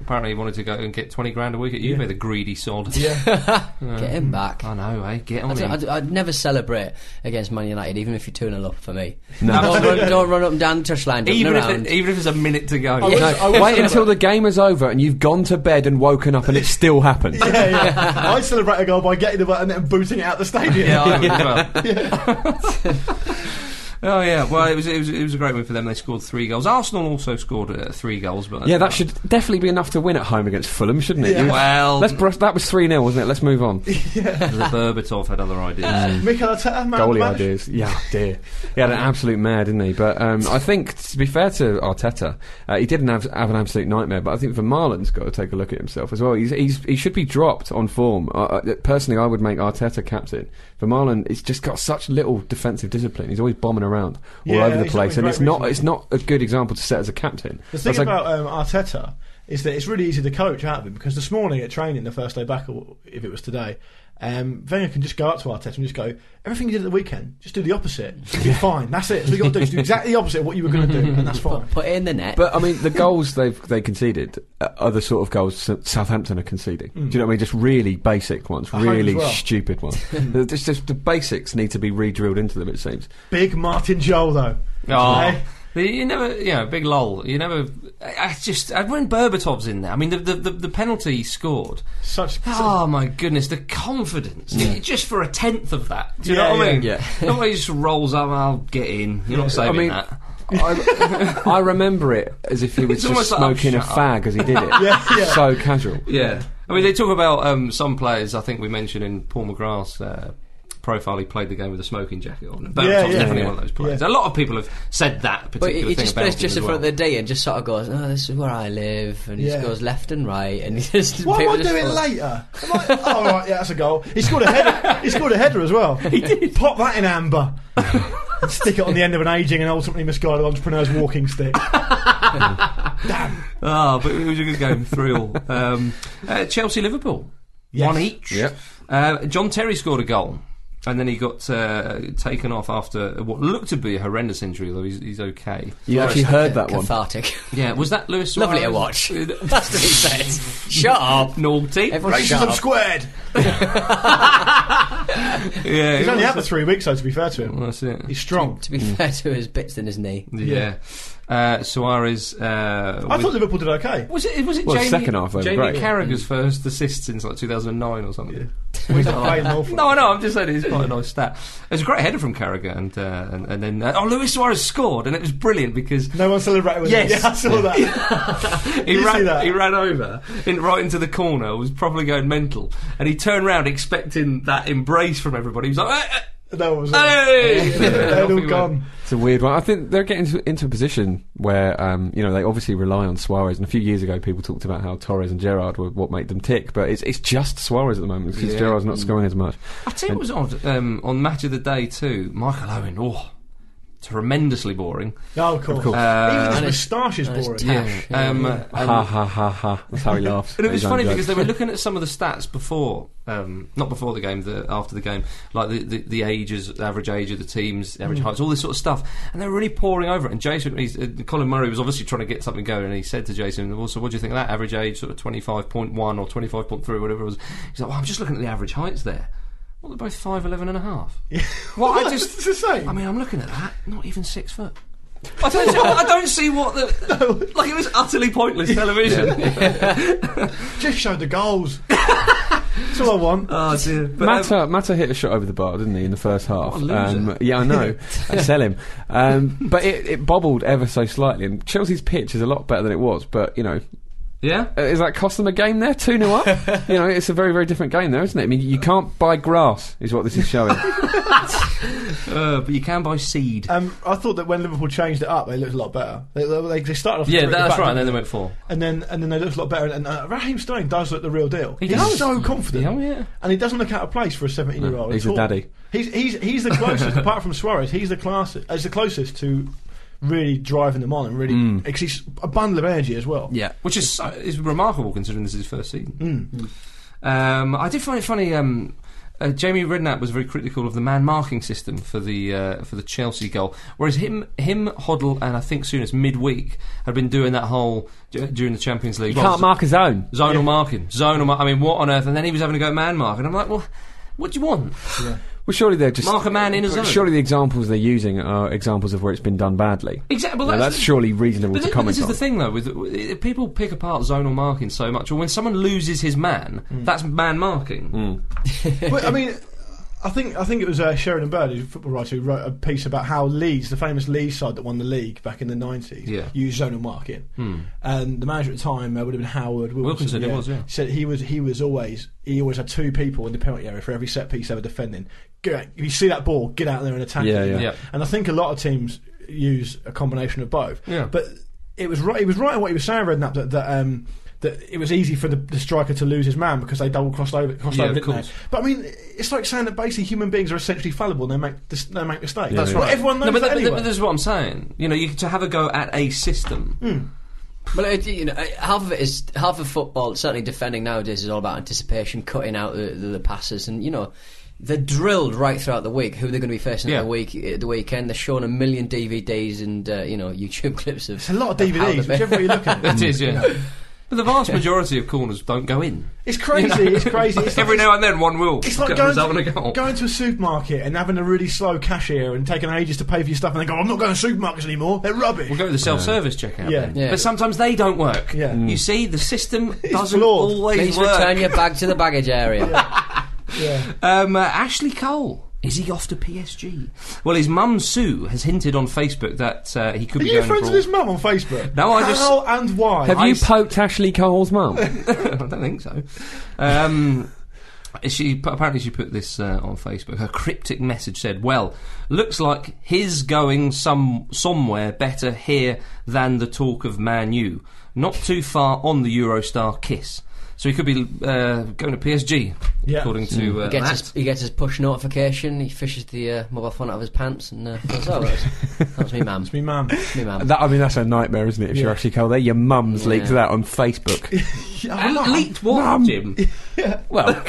[SPEAKER 3] Apparently, he wanted to go and get 20 grand a week at Juve, the greedy sod.
[SPEAKER 6] Get him back.
[SPEAKER 3] I know, eh? Get on
[SPEAKER 6] I'd,
[SPEAKER 3] him.
[SPEAKER 6] I'd, I'd never celebrate against Man United, even if you turn it up for me.
[SPEAKER 5] No.
[SPEAKER 6] Don't, run, don't run up and down the touchline. jumping
[SPEAKER 3] even, if
[SPEAKER 6] around.
[SPEAKER 3] it, even if it's a minute to go.
[SPEAKER 4] wish-
[SPEAKER 5] No,
[SPEAKER 4] I would
[SPEAKER 5] wait
[SPEAKER 4] celebrate.
[SPEAKER 5] until the game is over and you've gone to bed and woken up and it still happened.
[SPEAKER 4] yeah, yeah. I'd celebrate a goal by getting the button and booting it out the stadium.
[SPEAKER 3] Yeah, I would as well. oh yeah, well it was, it was it was a great win for them. They scored three goals. Arsenal also scored uh, three goals, but
[SPEAKER 5] Yeah, that should definitely be enough to win at home against Fulham, shouldn't it? You-
[SPEAKER 3] Well,
[SPEAKER 5] Let's brush, that was 3 0, wasn't it? Let's move on.
[SPEAKER 3] the Berbatov had other ideas.
[SPEAKER 4] Mikel Arteta, man,
[SPEAKER 5] Goalie
[SPEAKER 4] man.
[SPEAKER 5] ideas. Yeah, dear. He had an absolute mare, didn't he? But um, I think, to be fair to Arteta, uh, he didn't have, have an absolute nightmare. But I think Vermaelen's got to take a look at himself as well. He's, he's, he should be dropped on form. Uh, uh, personally, I would make Arteta captain. Vermaelen, he's just got such little defensive discipline. He's always bombing around all
[SPEAKER 4] Yeah,
[SPEAKER 5] over the
[SPEAKER 4] he's
[SPEAKER 5] place,
[SPEAKER 4] having
[SPEAKER 5] and it's
[SPEAKER 4] great
[SPEAKER 5] not,
[SPEAKER 4] reason.
[SPEAKER 5] it's not a good example to set as a captain.
[SPEAKER 4] The
[SPEAKER 5] That's
[SPEAKER 4] thing
[SPEAKER 5] like-
[SPEAKER 4] about um, Arteta is that it's really easy to coach out of him because this morning at training, the first day back, or if it was today, um, Wenger can just go up to Arteta and just go, everything you did at the weekend, just do the opposite. You'll be fine. That's it. So you got to do, is do exactly the opposite of what you were going to do, and that's fine.
[SPEAKER 6] put, put it in the net.
[SPEAKER 5] But I mean, the goals they've they conceded uh, are the sort of goals S- Southampton are conceding.
[SPEAKER 3] Hmm.
[SPEAKER 5] Do you know what I mean? Just really basic ones,
[SPEAKER 4] hope as
[SPEAKER 5] really
[SPEAKER 4] well.
[SPEAKER 5] stupid ones. They're just, just the basics need to be re-drilled into them. It seems.
[SPEAKER 4] Big Martin Joel, though.
[SPEAKER 3] Oh,
[SPEAKER 4] Eh?
[SPEAKER 3] the- you never, you know, big lol. You never. I, I just I, when Berbatov's in there, I mean the the, the, the penalty he scored.
[SPEAKER 4] Such.
[SPEAKER 3] Oh my goodness, the confidence! Just for a tenth of that, do you
[SPEAKER 4] Yeah,
[SPEAKER 3] know what I
[SPEAKER 4] yeah.
[SPEAKER 3] mean?
[SPEAKER 5] Yeah.
[SPEAKER 3] Not where he just rolls up. I'll get in. You're not saving
[SPEAKER 5] I mean,
[SPEAKER 3] that.
[SPEAKER 5] I, I remember it as if he was
[SPEAKER 3] It's
[SPEAKER 5] just
[SPEAKER 3] almost like, oh,
[SPEAKER 5] smoking a
[SPEAKER 3] shut up.
[SPEAKER 5] fag as he did it.
[SPEAKER 4] yeah.
[SPEAKER 5] So casual.
[SPEAKER 3] Yeah. I mean, they talk about um, some players, I think we mentioned in Paul McGrath's uh, profile, he played the game with a smoking jacket on. And Berbatov's
[SPEAKER 4] Yeah, yeah.
[SPEAKER 3] definitely
[SPEAKER 5] Yeah.
[SPEAKER 3] one of those players.
[SPEAKER 4] Yeah.
[SPEAKER 3] A lot of people have said that
[SPEAKER 6] But
[SPEAKER 3] particular
[SPEAKER 6] he,
[SPEAKER 3] thing
[SPEAKER 6] he just
[SPEAKER 3] about
[SPEAKER 6] plays
[SPEAKER 3] him
[SPEAKER 6] just
[SPEAKER 3] as
[SPEAKER 6] in front
[SPEAKER 3] well.
[SPEAKER 6] of the day and just sort of goes, "Oh, this is where I live," and he
[SPEAKER 4] Yeah.
[SPEAKER 6] just goes left and right, and he just.
[SPEAKER 4] Why am
[SPEAKER 6] people
[SPEAKER 4] I
[SPEAKER 6] just
[SPEAKER 4] doing it
[SPEAKER 6] fall.
[SPEAKER 4] later? Am I, oh, right, yeah, that's a goal. He scored a header. he scored a header as well. He did. Pop that in amber. Stick it on the end of an ageing and ultimately misguided entrepreneur's walking stick.
[SPEAKER 3] Ah, but it was a good game, three all. Um, uh, Chelsea Liverpool,
[SPEAKER 4] Yes.
[SPEAKER 3] one each.
[SPEAKER 5] Yep.
[SPEAKER 3] Uh, John Terry scored a goal, and then he got uh, taken off after what looked to be a horrendous injury, though he's, he's okay.
[SPEAKER 5] You actually heard that one.
[SPEAKER 6] Cathartic.
[SPEAKER 3] Yeah, was that Lewis?
[SPEAKER 6] Lovely to watch.
[SPEAKER 3] Suarez?
[SPEAKER 6] That's what he says. Shut up.
[SPEAKER 3] Naughty.
[SPEAKER 6] Everyone shut
[SPEAKER 4] Racism
[SPEAKER 6] up.
[SPEAKER 4] squared.
[SPEAKER 3] yeah,
[SPEAKER 4] He's
[SPEAKER 3] it
[SPEAKER 4] only
[SPEAKER 3] was-
[SPEAKER 4] out for three weeks, though. To be fair to him,
[SPEAKER 3] That's it.
[SPEAKER 4] he's strong.
[SPEAKER 6] To be
[SPEAKER 3] Mm.
[SPEAKER 6] fair to his bits in his knee.
[SPEAKER 3] Yeah. Uh, Suarez. Uh,
[SPEAKER 4] I
[SPEAKER 3] with- Mm.
[SPEAKER 4] thought Liverpool did okay.
[SPEAKER 3] was it was it
[SPEAKER 5] Well,
[SPEAKER 3] Jamie,
[SPEAKER 5] second half, they were
[SPEAKER 3] Jamie
[SPEAKER 5] great.
[SPEAKER 3] Carragher's first assist since like 2009 or something.
[SPEAKER 4] We've not played an awful.
[SPEAKER 3] No, I know. I'm just saying it's quite a nice stat. It was a great header from Carragher, and uh, and, and then uh, oh, Luis Suarez scored, and it was brilliant because
[SPEAKER 4] No one celebrated with
[SPEAKER 3] Yes.
[SPEAKER 4] him. Yeah, I saw that.
[SPEAKER 3] he
[SPEAKER 4] you see
[SPEAKER 3] ran,
[SPEAKER 4] that?
[SPEAKER 3] he ran over in, right into the corner, was probably going mental, and he turned round expecting that embrace from everybody. He was like, "Eh,
[SPEAKER 4] no one was.
[SPEAKER 3] eh, hey!
[SPEAKER 4] They'd
[SPEAKER 3] Off he
[SPEAKER 4] all
[SPEAKER 3] went.
[SPEAKER 4] gone.
[SPEAKER 5] It's a weird one. I think they're getting to- into a position where, um, you know, they obviously rely on Suarez. And a few years ago, people talked about how Torres and Gerrard were what made them tick. But it's, it's just Suarez at the moment because
[SPEAKER 3] Yeah. Mm.
[SPEAKER 5] Gerrard's not scoring as much.
[SPEAKER 3] I tell you what was odd um, on Match of the Day too. Michael Owen, oh, tremendously boring. Uh,
[SPEAKER 4] No, of course. Even his
[SPEAKER 6] And it's-
[SPEAKER 4] moustache is
[SPEAKER 6] and it's
[SPEAKER 4] boring.
[SPEAKER 6] tan. Yeah.
[SPEAKER 3] Um,
[SPEAKER 6] Yeah.
[SPEAKER 3] and-
[SPEAKER 5] ha ha ha ha. That's how he laughs.
[SPEAKER 3] And it
[SPEAKER 5] at
[SPEAKER 3] was
[SPEAKER 5] his own
[SPEAKER 3] funny
[SPEAKER 5] jokes.
[SPEAKER 3] because they were looking at some of the stats before, um, not before the game, the, after the game, like the, the, the ages, the average age of the teams, the average
[SPEAKER 4] Hmm.
[SPEAKER 3] heights, all this sort of stuff. And they were really pouring over it. And Jason, he's, uh, Colin Murray was obviously trying to get something going, and he said to Jason, "Well, so what do you think of that average age, sort of twenty five point one or twenty five point three, whatever it was?" He's like, "Well, I'm just looking at the average heights there. Well, they're both five eleven and a half. Well, I just,
[SPEAKER 4] It's the same.
[SPEAKER 3] I mean, I'm looking at that, not even six foot." I don't, see, I don't see what the like. It was utterly pointless television.
[SPEAKER 4] Just showed the goals. That's all I want.
[SPEAKER 3] Oh dear. But, um,
[SPEAKER 5] Mata, Mata uh, hit a shot over the bar, didn't he, in the first half?
[SPEAKER 3] What a loser.
[SPEAKER 5] Um, yeah, I know. I sell him. Um, but it, it bobbled ever so slightly. And Chelsea's pitch is a lot better than it was. But, you know,
[SPEAKER 3] yeah.
[SPEAKER 5] uh, is that cost them a game there? 2 0 up? you know, it's a very, very different game there, isn't it? I mean, you can't buy grass, is what this is showing.
[SPEAKER 3] Uh, but you can buy seed.
[SPEAKER 4] Um, I thought that when Liverpool changed it up, they looked a lot better. They, they, they started off.
[SPEAKER 3] yeah,
[SPEAKER 4] three at the
[SPEAKER 3] that's
[SPEAKER 4] back,
[SPEAKER 3] right. And then
[SPEAKER 4] didn't
[SPEAKER 3] they went four.
[SPEAKER 4] and then and then they looked a lot better. And, uh, Raheem Sterling does look the real deal.
[SPEAKER 3] He
[SPEAKER 4] he's
[SPEAKER 3] does.
[SPEAKER 4] so confident.
[SPEAKER 3] Oh, yeah.
[SPEAKER 4] And he doesn't look out of place for a seventeen-year-old.
[SPEAKER 5] he's
[SPEAKER 4] at
[SPEAKER 5] a
[SPEAKER 4] all.
[SPEAKER 5] daddy.
[SPEAKER 4] He's he's he's the closest, apart from Suarez. He's the closest. He's the closest to really driving them on and really.
[SPEAKER 3] Mm.
[SPEAKER 4] Cause he's a bundle of energy as well.
[SPEAKER 3] Yeah, which is so, is remarkable considering this is his first season. Um, I did find it funny. Um, uh, Jamie Redknapp was very critical of the man marking system for the uh, for the Chelsea goal, whereas him him Hoddle and I think Sooners midweek had been doing that whole d- during the Champions League.
[SPEAKER 5] You can't mark his own.
[SPEAKER 3] zonal marking, zonal. Mar- I mean, what on earth? And then he was having to go man mark, and I'm like, well, what do you want?
[SPEAKER 5] Well, surely they're just.
[SPEAKER 3] Mark a man in a zone.
[SPEAKER 5] Surely the examples they're using are examples of where it's been done badly.
[SPEAKER 3] Exactly. Well,
[SPEAKER 5] Now,
[SPEAKER 3] that's
[SPEAKER 5] that's surely reasonable
[SPEAKER 3] But
[SPEAKER 5] to
[SPEAKER 3] thi-
[SPEAKER 5] comment
[SPEAKER 3] this is
[SPEAKER 5] on.
[SPEAKER 3] the thing, though. With with- people pick apart zonal marking so much, or when someone loses his man,
[SPEAKER 4] Mm.
[SPEAKER 3] that's man marking.
[SPEAKER 4] but I mean, I think I think it was uh, Sheridan Bird, who's a football writer, who wrote a piece about how Leeds, the famous Leeds side that won the league back in the nineties,
[SPEAKER 3] Yeah. Hmm.
[SPEAKER 4] used zonal marking. And the manager at the time uh, would have been Howard
[SPEAKER 3] Wilkinson,
[SPEAKER 4] Wilkinson.
[SPEAKER 3] it was, yeah.
[SPEAKER 4] said he was he was always he always had two people in the penalty area for every set piece they were defending. Get out, if you see that ball, get out there and attack
[SPEAKER 5] Yeah,
[SPEAKER 4] it.
[SPEAKER 5] yeah.
[SPEAKER 3] Yeah.
[SPEAKER 4] And I think a lot of teams use a combination of both.
[SPEAKER 3] Yeah.
[SPEAKER 4] But it was right. He was right in what he was saying, Redknapp, that that. Um, that it was easy for the, the striker to lose his man because they double crossed over, crossed
[SPEAKER 3] Yeah,
[SPEAKER 4] over,
[SPEAKER 3] of
[SPEAKER 4] didn't they?
[SPEAKER 3] course.
[SPEAKER 4] But I mean, it's like saying that basically human beings are essentially fallible. and They make dis- they make mistakes.
[SPEAKER 5] That's
[SPEAKER 4] But
[SPEAKER 5] right.
[SPEAKER 4] Everyone knows
[SPEAKER 3] No, but,
[SPEAKER 4] that
[SPEAKER 3] th- but, th-
[SPEAKER 4] anyway.
[SPEAKER 3] but this is what I'm saying. You know, you, to have a go at a system.
[SPEAKER 4] Mm.
[SPEAKER 6] Well, it, you know, uh, half of it is half of football. Certainly, defending nowadays is all about anticipation, cutting out the, the, the passes, and you know, they're drilled right throughout the week who they're going to be facing
[SPEAKER 3] Yeah.
[SPEAKER 6] at the week at the weekend. They're shown a million DVDs and uh, you know YouTube clips of
[SPEAKER 4] it's a lot of
[SPEAKER 6] how
[SPEAKER 4] DVDs,
[SPEAKER 6] they're-
[SPEAKER 4] whichever way you look at
[SPEAKER 3] That
[SPEAKER 4] it.
[SPEAKER 3] is, yeah. But the vast majority of corners don't go in.
[SPEAKER 4] It's crazy. It's crazy. It's
[SPEAKER 3] Every
[SPEAKER 4] like,
[SPEAKER 3] now and then, one will.
[SPEAKER 4] It's like
[SPEAKER 3] go- "Oh."
[SPEAKER 4] going
[SPEAKER 3] result in
[SPEAKER 4] to,
[SPEAKER 3] a goal.
[SPEAKER 4] going to a supermarket and having a really slow cashier and taking ages to pay for your stuff, and they go, "I'm not going to supermarkets anymore. They're rubbish."
[SPEAKER 3] We'll go to the self-service checkout.
[SPEAKER 4] Yeah.
[SPEAKER 3] then.
[SPEAKER 6] Yeah.
[SPEAKER 3] But sometimes they don't work.
[SPEAKER 4] Yeah. Mm.
[SPEAKER 3] You see, the system doesn't
[SPEAKER 4] flawed.
[SPEAKER 3] always
[SPEAKER 6] Please
[SPEAKER 3] work.
[SPEAKER 6] return your bag to the baggage area.
[SPEAKER 4] yeah.
[SPEAKER 3] Um, uh, Ashley Cole. Is he off to PSG? Well, his mum Sue has hinted on Facebook that uh, he could
[SPEAKER 4] Are
[SPEAKER 3] be
[SPEAKER 4] you
[SPEAKER 3] going
[SPEAKER 4] friends
[SPEAKER 3] abroad.
[SPEAKER 4] with his mum on Facebook?
[SPEAKER 3] No, I just-
[SPEAKER 4] How and why?
[SPEAKER 5] Have
[SPEAKER 3] I
[SPEAKER 5] you
[SPEAKER 3] s-
[SPEAKER 5] poked Ashley Cole's mum?
[SPEAKER 3] I don't think so. Um, she apparently she put this uh, on Facebook. Her cryptic message said, "Well, looks like his going some somewhere better here than the talk of Man U. Not too far on the Eurostar kiss." So he could be uh, going to PSG,
[SPEAKER 4] Yeah.
[SPEAKER 3] according to uh,
[SPEAKER 6] He gets,
[SPEAKER 3] that.
[SPEAKER 6] Mm. his, he gets his push notification. He fishes the uh, mobile phone out of his pants and uh, goes, "Oh, that's, that's me, ma'am.
[SPEAKER 4] Me, mum.
[SPEAKER 6] Me, ma'am."
[SPEAKER 5] that, I mean, that's a nightmare, isn't it? If you're Ashley Cole there, your mum's leaked that on Facebook.
[SPEAKER 4] Yeah,
[SPEAKER 3] And
[SPEAKER 4] mum.
[SPEAKER 3] leaked what, Jim?
[SPEAKER 5] well,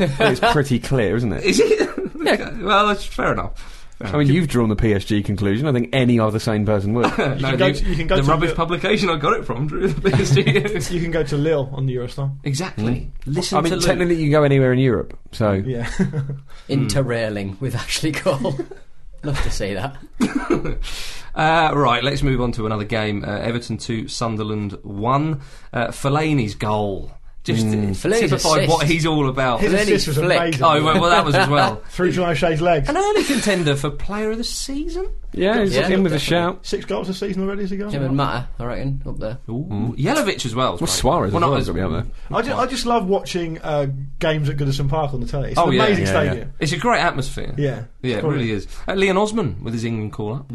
[SPEAKER 5] it's pretty clear, isn't it?
[SPEAKER 3] Is it? yeah. Well, that's fair enough.
[SPEAKER 5] I mean, you've drawn the PSG conclusion. I think any other sane person would.
[SPEAKER 3] You
[SPEAKER 4] can go to- you can go
[SPEAKER 3] the
[SPEAKER 4] to
[SPEAKER 3] rubbish
[SPEAKER 4] the-
[SPEAKER 3] publication I got it from, Drew. the PSG.
[SPEAKER 4] You can go to Lille on the Eurostar.
[SPEAKER 3] exactly. Listen
[SPEAKER 5] I mean,
[SPEAKER 3] to Luke.
[SPEAKER 5] technically, you can go anywhere in Europe. So,
[SPEAKER 4] Yeah.
[SPEAKER 6] Hmm. Interrailing with Ashley Cole. Love to see that.
[SPEAKER 3] Uh, right, let's move on to another game. Uh, Everton 2, Sunderland 1. Uh, Fellaini's goal just
[SPEAKER 6] Fellaini's
[SPEAKER 3] typified
[SPEAKER 6] assist.
[SPEAKER 3] what he's all about.
[SPEAKER 4] Hmm. His
[SPEAKER 6] Lenny
[SPEAKER 4] assist was
[SPEAKER 6] Flick.
[SPEAKER 4] amazing.
[SPEAKER 3] Oh, well, well, that was as well.
[SPEAKER 4] Through John O'Shea's legs.
[SPEAKER 3] An early contender for player of the season?
[SPEAKER 5] yeah, he's
[SPEAKER 6] Yeah,
[SPEAKER 5] in with
[SPEAKER 6] definitely.
[SPEAKER 5] a shout.
[SPEAKER 4] Six goals a season already as a goal.
[SPEAKER 6] Jim and Matter, I reckon, up there.
[SPEAKER 3] Ooh.
[SPEAKER 4] Hmm.
[SPEAKER 3] Yelovich as well.
[SPEAKER 5] Well, Suarez
[SPEAKER 3] Well, not
[SPEAKER 5] as well
[SPEAKER 3] as-
[SPEAKER 5] has got to be up there.
[SPEAKER 4] I just, I just love watching uh, games at Goodison Park on the telly. It's
[SPEAKER 3] Oh,
[SPEAKER 4] an
[SPEAKER 3] yeah,
[SPEAKER 4] amazing
[SPEAKER 5] yeah,
[SPEAKER 4] stadium.
[SPEAKER 3] It's a great atmosphere.
[SPEAKER 4] Yeah.
[SPEAKER 3] Yeah, it
[SPEAKER 4] Probably. Hmm.
[SPEAKER 3] really is. Uh, Leon Osman with his England call up,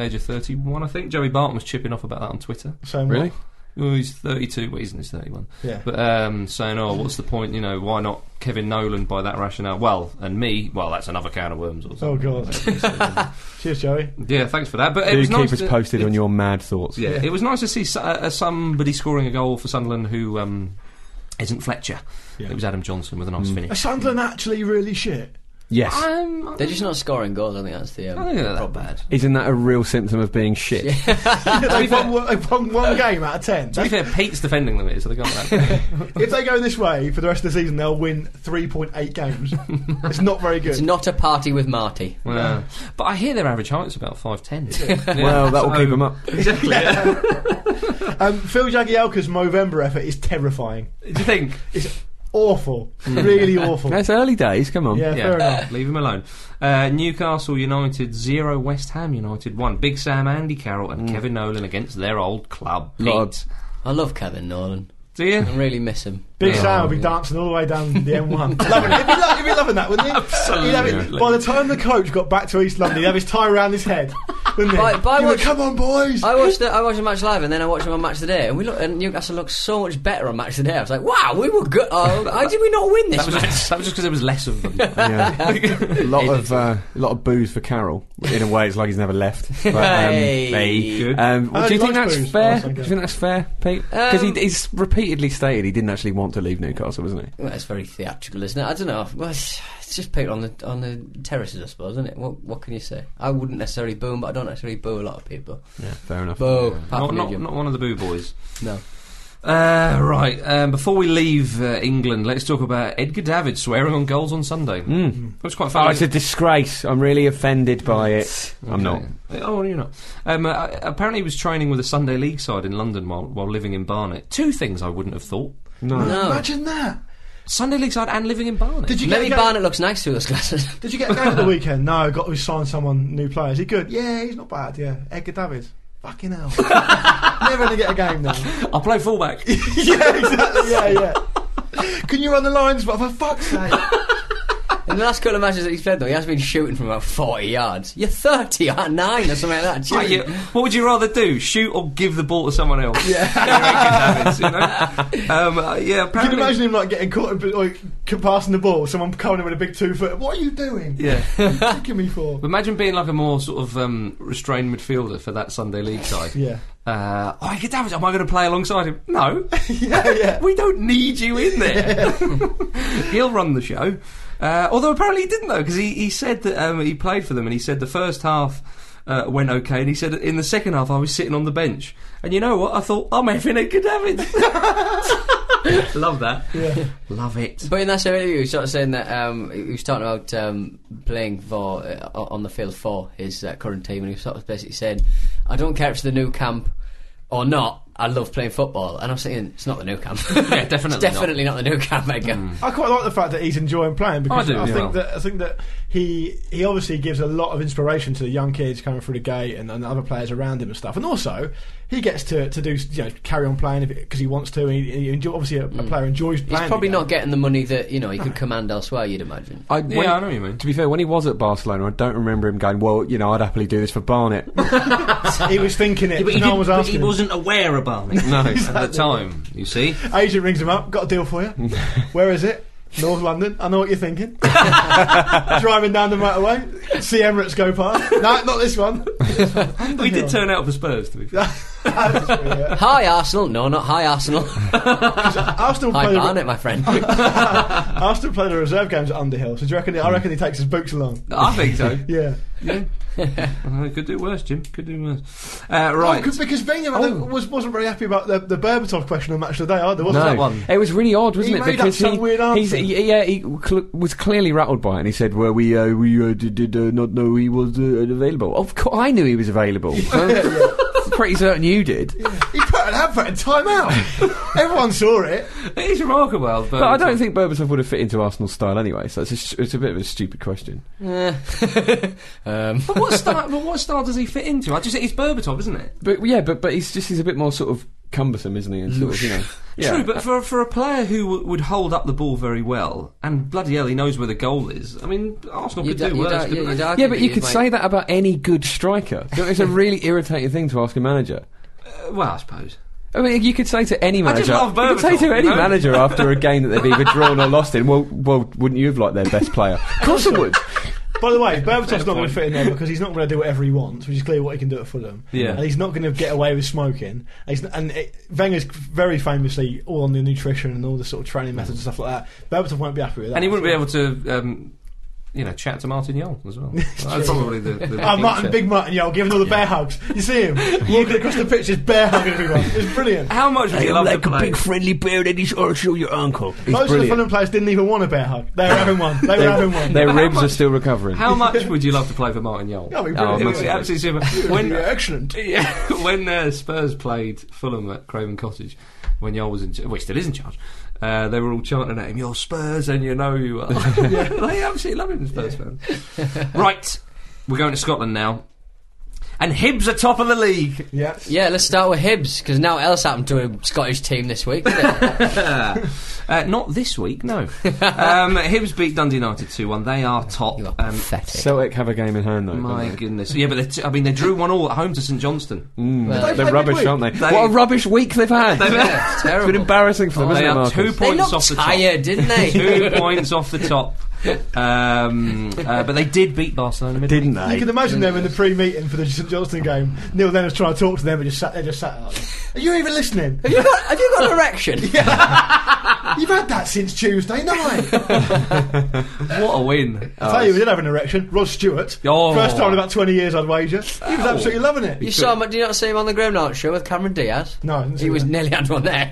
[SPEAKER 3] age of 31, I think. Joey Barton was chipping off about that on Twitter.
[SPEAKER 4] So
[SPEAKER 5] Really?
[SPEAKER 3] oh, he's 32, but he's in his 31.
[SPEAKER 4] Yeah.
[SPEAKER 3] But um, saying, oh, what's the point? You know, why not Kevin Nolan by that rationale? Well, and me, well, that's another can of worms. Or something.
[SPEAKER 4] Oh god. Cheers, Joey.
[SPEAKER 3] Yeah, thanks for that. But it
[SPEAKER 5] Do
[SPEAKER 3] was
[SPEAKER 5] keep
[SPEAKER 3] nice
[SPEAKER 5] us
[SPEAKER 3] to-
[SPEAKER 5] posted on your mad thoughts.
[SPEAKER 3] Yeah, it was nice to see s- uh, somebody scoring a goal for Sunderland who um, isn't Fletcher.
[SPEAKER 4] Yeah.
[SPEAKER 3] It was Adam Johnson with a
[SPEAKER 5] Mm.
[SPEAKER 3] nice
[SPEAKER 4] Are
[SPEAKER 3] finish.
[SPEAKER 4] Sunderland actually really shit?
[SPEAKER 5] Yes.
[SPEAKER 3] Um, I
[SPEAKER 6] They're just not scoring goals. I think that's the. Um,
[SPEAKER 3] don't think they're that
[SPEAKER 6] problem.
[SPEAKER 3] bad.
[SPEAKER 5] Isn't that a real symptom of being shit?
[SPEAKER 4] they've, won, one- they've won one game out of ten.
[SPEAKER 3] To be
[SPEAKER 4] That's-
[SPEAKER 3] fair, Pete's defending them here, so they got that.
[SPEAKER 4] if they go this way for the rest of the season, they'll win 3.8 games. it's not very good.
[SPEAKER 6] It's not a party with Marty.
[SPEAKER 3] Well, but I hear their average height's about five ten. Yeah.
[SPEAKER 5] Well, that'll 'em keep them up.
[SPEAKER 3] Exactly. yeah.
[SPEAKER 4] Um, Phil Jagielka's Movember effort is terrifying.
[SPEAKER 3] Do you think?
[SPEAKER 4] It's awful.
[SPEAKER 3] Mm.
[SPEAKER 4] Really awful.
[SPEAKER 5] It's early days. Come on.
[SPEAKER 4] Yeah, fair enough.
[SPEAKER 3] Leave him alone. Uh, Newcastle United zero, West Ham United one. Big Sam, Andy Carroll, and Kevin Nolan against their old club. Pete.
[SPEAKER 5] Lot of-
[SPEAKER 6] I love Kevin Nolan.
[SPEAKER 3] Do you?
[SPEAKER 6] I really miss him.
[SPEAKER 4] Big
[SPEAKER 3] Yeah.
[SPEAKER 4] Sam will be dancing all the way down the M1. loving it. He'd be, lo- he'd be loving that, wouldn't he? He'd have
[SPEAKER 3] Absolutely.
[SPEAKER 4] it, by the time the coach got back to East London, he'd have his tie around his head. Wouldn't he?
[SPEAKER 6] By- by
[SPEAKER 4] He would,
[SPEAKER 6] what-
[SPEAKER 4] Come on, boys.
[SPEAKER 6] I watched the, I watched the match live and then I watched him on Match of the Day and we look and Newcastle looked so much better on Match of the Day. I was like, wow, we were good. Oh, how did we not win
[SPEAKER 3] That
[SPEAKER 6] this?
[SPEAKER 3] was
[SPEAKER 6] match?
[SPEAKER 3] just that was just because there was less of them.
[SPEAKER 5] Yeah. a lot of uh, a lot of booze for Carroll. In a way, it's like he's never left. But, um,
[SPEAKER 6] Hey.
[SPEAKER 5] hey.
[SPEAKER 3] Good.
[SPEAKER 5] Um,
[SPEAKER 4] Oh,
[SPEAKER 5] do
[SPEAKER 4] he
[SPEAKER 5] you think
[SPEAKER 4] likes
[SPEAKER 5] that's
[SPEAKER 4] booze.
[SPEAKER 5] fair?
[SPEAKER 4] Oh, okay.
[SPEAKER 5] Do you think that's fair, Pete? Because
[SPEAKER 6] Um,
[SPEAKER 5] he, he's repeatedly stated he didn't actually want to leave Newcastle, wasn't he?
[SPEAKER 6] Well, it's very theatrical, isn't it? I don't know. Well, it's, it's just people on the on the terraces, I suppose, isn't it? What what can you say? I wouldn't necessarily boo 'em, but I don't necessarily boo a lot of people.
[SPEAKER 5] Yeah, fair enough.
[SPEAKER 6] Boo.
[SPEAKER 3] not, not, not one of the boo boys.
[SPEAKER 6] No.
[SPEAKER 3] Uh, right. Um, before we leave uh, England, let's talk about Edgar David swearing on goals on Sunday. Mm. It was quite
[SPEAKER 5] Oh,
[SPEAKER 3] funny.
[SPEAKER 5] it's a disgrace. I'm really offended by it. I'm not.
[SPEAKER 3] Oh, you're not. Um, uh, apparently, he was training with a Sunday League side in London while, while living in Barnet. Two things I wouldn't have thought:
[SPEAKER 5] No.
[SPEAKER 6] No.
[SPEAKER 4] Imagine that.
[SPEAKER 3] Sunday League side and living in Barnet.
[SPEAKER 4] Did you get
[SPEAKER 6] Maybe
[SPEAKER 4] a go-
[SPEAKER 6] Barnett looks nice through those glasses.
[SPEAKER 4] Did you get a game at the weekend? No, I got to sign someone new player. Is he good? Yeah, he's not bad. Yeah, Edgar Davids. Fucking hell. Never gonna get a game now.
[SPEAKER 3] I'll play fullback.
[SPEAKER 4] yeah, exactly. Yeah, yeah. Can you run the lines? But for fuck's sake.
[SPEAKER 6] In the last couple of matches that he's played, though, he has been shooting from about 40 yards. You're 30 at 9 or something like that.
[SPEAKER 3] Are you- what would you rather do? Shoot or give the ball to someone else? Yeah, Edgar Davids, you know? um, uh, yeah. Apparently,
[SPEAKER 4] Can you imagine him like getting caught in- like passing the ball? Someone coming in with a big two foot. What are you doing?
[SPEAKER 3] Yeah.
[SPEAKER 4] What are you kicking me for?
[SPEAKER 3] Imagine being like a more sort of um, restrained midfielder for that Sunday league side.
[SPEAKER 4] Yeah.
[SPEAKER 3] Uh, oh, I get damaged. Am I going to play alongside him? No.
[SPEAKER 4] Yeah, yeah.
[SPEAKER 3] we don't need you in there. He'll run the show. Uh, although apparently he didn't though, because he, he said that um, he played for them, and he said the first half uh, went okay, and he said in the second half I was sitting on the bench, and you know what? I thought I'm having a good David. Love that.
[SPEAKER 4] Yeah.
[SPEAKER 3] Love it.
[SPEAKER 6] But in that same interview, he was sort of saying that um, he was talking about um, playing for uh, on the field for his uh, current team, and he was sort of basically saying, "I don't care if it's the new camp or not. I love playing football." And I was thinking, "It's not the new camp.
[SPEAKER 3] Yeah, definitely Hmm.
[SPEAKER 6] it's definitely not. the new camp, Edgar."
[SPEAKER 4] I quite like the fact that he's enjoying playing because
[SPEAKER 3] I do, yeah.
[SPEAKER 4] think that I think that he he obviously gives a lot of inspiration to the young kids coming through the gate and, and other players around him and stuff. And also he gets to, to do you know carry on playing because he wants to. And he, he enjoy, obviously a, a player enjoys playing.
[SPEAKER 6] He's probably
[SPEAKER 4] again.
[SPEAKER 6] not getting the money that you know he could command elsewhere. You'd imagine.
[SPEAKER 5] I,
[SPEAKER 3] Yeah,
[SPEAKER 5] when-
[SPEAKER 3] I know what you mean.
[SPEAKER 5] To be fair, when he was at Barcelona, I don't remember him going, well, you know, I'd happily do this for Barnet.
[SPEAKER 4] He was thinking it. no one was asking. him.
[SPEAKER 3] aware about it. No, at the time, you see.
[SPEAKER 4] Agent rings him up. Got a deal for you. Where is it? North London. I know what you're thinking. Driving down the motorway. See Emirates go past. No, not this one.
[SPEAKER 3] We did turn out for Spurs, to be fair.
[SPEAKER 6] Hi Arsenal. No, not hi Arsenal. hi
[SPEAKER 4] Arsenal played, a,
[SPEAKER 6] Barnet, my friend.
[SPEAKER 4] Arsenal played the reserve games at Underhill. So do you reckon? I reckon he takes his boots along.
[SPEAKER 3] I think so.
[SPEAKER 4] Yeah.
[SPEAKER 3] Yeah. Uh, could do worse, Jim. Could do worse. Uh, right.
[SPEAKER 4] Oh, 'cause- because Wenger I think, was, wasn't very happy about the, the Berbatov question on Match of the Day either, wasn't
[SPEAKER 5] no.
[SPEAKER 4] it?
[SPEAKER 5] It was really odd, wasn't
[SPEAKER 4] He
[SPEAKER 5] it?
[SPEAKER 4] made up some weird
[SPEAKER 5] he's,
[SPEAKER 4] answer.
[SPEAKER 5] he- yeah, he cl- was clearly rattled by it, and he said, "Well, we uh, we uh, did, did uh, not know he was uh, available." Of course, I knew he was available. I'm pretty certain you did.
[SPEAKER 4] He put an advert in time out. Everyone saw it.
[SPEAKER 3] It is remarkable, Alberto.
[SPEAKER 5] But I don't think Berbatov would have fit into Arsenal style anyway. So it's a, stu- it's a bit of a stupid question.
[SPEAKER 6] um,
[SPEAKER 3] But what style? but what style does he fit into? I just it's Berbatov, isn't it?
[SPEAKER 5] But yeah, but but he's just he's a bit more sort of cumbersome, isn't he? And sort of, you know, yeah.
[SPEAKER 3] True, but for for a player who w- would hold up the ball very well and bloody hell, he knows where the goal is. I mean, Arsenal could
[SPEAKER 6] you'd-
[SPEAKER 3] do
[SPEAKER 6] you'd-
[SPEAKER 3] worse.
[SPEAKER 6] you'd-
[SPEAKER 3] couldn't
[SPEAKER 6] you'd
[SPEAKER 3] they?
[SPEAKER 6] argue
[SPEAKER 5] yeah, but
[SPEAKER 6] that
[SPEAKER 5] you
[SPEAKER 6] he
[SPEAKER 5] could
[SPEAKER 6] might-
[SPEAKER 5] say that about any good striker. You know, It's a really irritating thing to ask a manager.
[SPEAKER 3] Uh, well, I suppose.
[SPEAKER 5] I mean, you could say to any
[SPEAKER 3] I just
[SPEAKER 5] manager,
[SPEAKER 3] love
[SPEAKER 5] you could say
[SPEAKER 3] Berbatov,
[SPEAKER 5] to any
[SPEAKER 3] you know?
[SPEAKER 5] manager after a game that they've either drawn or lost in, well, well, wouldn't you have liked their best player? Of course I would.
[SPEAKER 4] By the way, Berbatov's not going to fit in there because he's not going to do whatever he wants, which is clear what he can do at Fulham.
[SPEAKER 3] Yeah.
[SPEAKER 4] And he's not going to get away with smoking. And, he's, and it, Wenger's very famously all on the nutrition and all the sort of training methods and stuff like that. Berbatov won't be happy with that.
[SPEAKER 3] And he wouldn't be able to, um, you know, chat to Martin Yol as well.
[SPEAKER 7] That's probably the. the
[SPEAKER 4] Ah, Martin, Big Martin, yo, giving all the bear hugs. You see him walking across the pitch, just bear hugging everyone. It's brilliant.
[SPEAKER 3] How much would you love to play?
[SPEAKER 7] friendly bear that is also your uncle.
[SPEAKER 4] Most of the Fulham players didn't even want a bear hug. They were having one. They were having one.
[SPEAKER 5] Their
[SPEAKER 3] How
[SPEAKER 5] ribs are
[SPEAKER 3] much-
[SPEAKER 5] still recovering.
[SPEAKER 3] How much would you love to play for Martin Yol?
[SPEAKER 4] That'd be
[SPEAKER 5] Oh,
[SPEAKER 3] It
[SPEAKER 4] brilliant.
[SPEAKER 3] would be
[SPEAKER 5] massively.
[SPEAKER 3] absolutely super.
[SPEAKER 4] when,
[SPEAKER 3] When
[SPEAKER 4] excellent.
[SPEAKER 3] yeah, when uh, Spurs played Fulham at Craven Cottage, when Yol was in, ch- well, he still is in charge. Uh, they were all chanting at him, "You're Spurs, and you know you are." they absolutely love him, Spurs fans. right, we're going to Scotland now, and Hibs are top of the league.
[SPEAKER 4] Yeah.
[SPEAKER 6] Yeah, let's start with Hibs because now what else happened to a Scottish team this week? didn't
[SPEAKER 3] Um,
[SPEAKER 6] it?
[SPEAKER 3] Uh, not this week, no. um, Hibs beat Dundee United two one. They are top.
[SPEAKER 6] you are
[SPEAKER 3] Um,
[SPEAKER 6] pathetic.
[SPEAKER 5] Celtic have a game in hand, though. don't
[SPEAKER 3] my
[SPEAKER 5] they?
[SPEAKER 3] goodness, yeah, but they t- I mean, they drew one all at home to St Johnston.
[SPEAKER 6] Well,
[SPEAKER 5] Mm, They're rubbish, aren't they?
[SPEAKER 3] They-
[SPEAKER 5] What a rubbish week they've had.
[SPEAKER 3] They've-
[SPEAKER 6] yeah, it's
[SPEAKER 5] It's been
[SPEAKER 6] terrible.
[SPEAKER 5] embarrassing for them,
[SPEAKER 3] Oh, they
[SPEAKER 5] isn't it,
[SPEAKER 3] are
[SPEAKER 5] Marcus?
[SPEAKER 3] two
[SPEAKER 6] They
[SPEAKER 3] points
[SPEAKER 6] looked
[SPEAKER 3] off the
[SPEAKER 6] tired, didn't
[SPEAKER 3] top.
[SPEAKER 6] they?
[SPEAKER 3] two points off the top. Um, uh, but they did beat Barcelona. midweek.
[SPEAKER 5] Didn't
[SPEAKER 4] You
[SPEAKER 5] they?
[SPEAKER 4] can imagine them in the pre-meeting for the St Johnston game. Neil Lennon's trying to talk to them, and just sat there, just sat. Like, Are you even listening?
[SPEAKER 6] have, you got, have you got an erection?
[SPEAKER 4] You've had that since Tuesday night. I
[SPEAKER 3] What a win!
[SPEAKER 4] tell you, we did have an erection. Rod Stewart,
[SPEAKER 3] Oh.
[SPEAKER 4] first time in about twenty years, I'd wager. He was absolutely loving it.
[SPEAKER 6] You saw him? Did you not see him on the Graham Norton show with Cameron Diaz?
[SPEAKER 4] No, I didn't see
[SPEAKER 6] he was
[SPEAKER 4] that.
[SPEAKER 6] nearly had one there.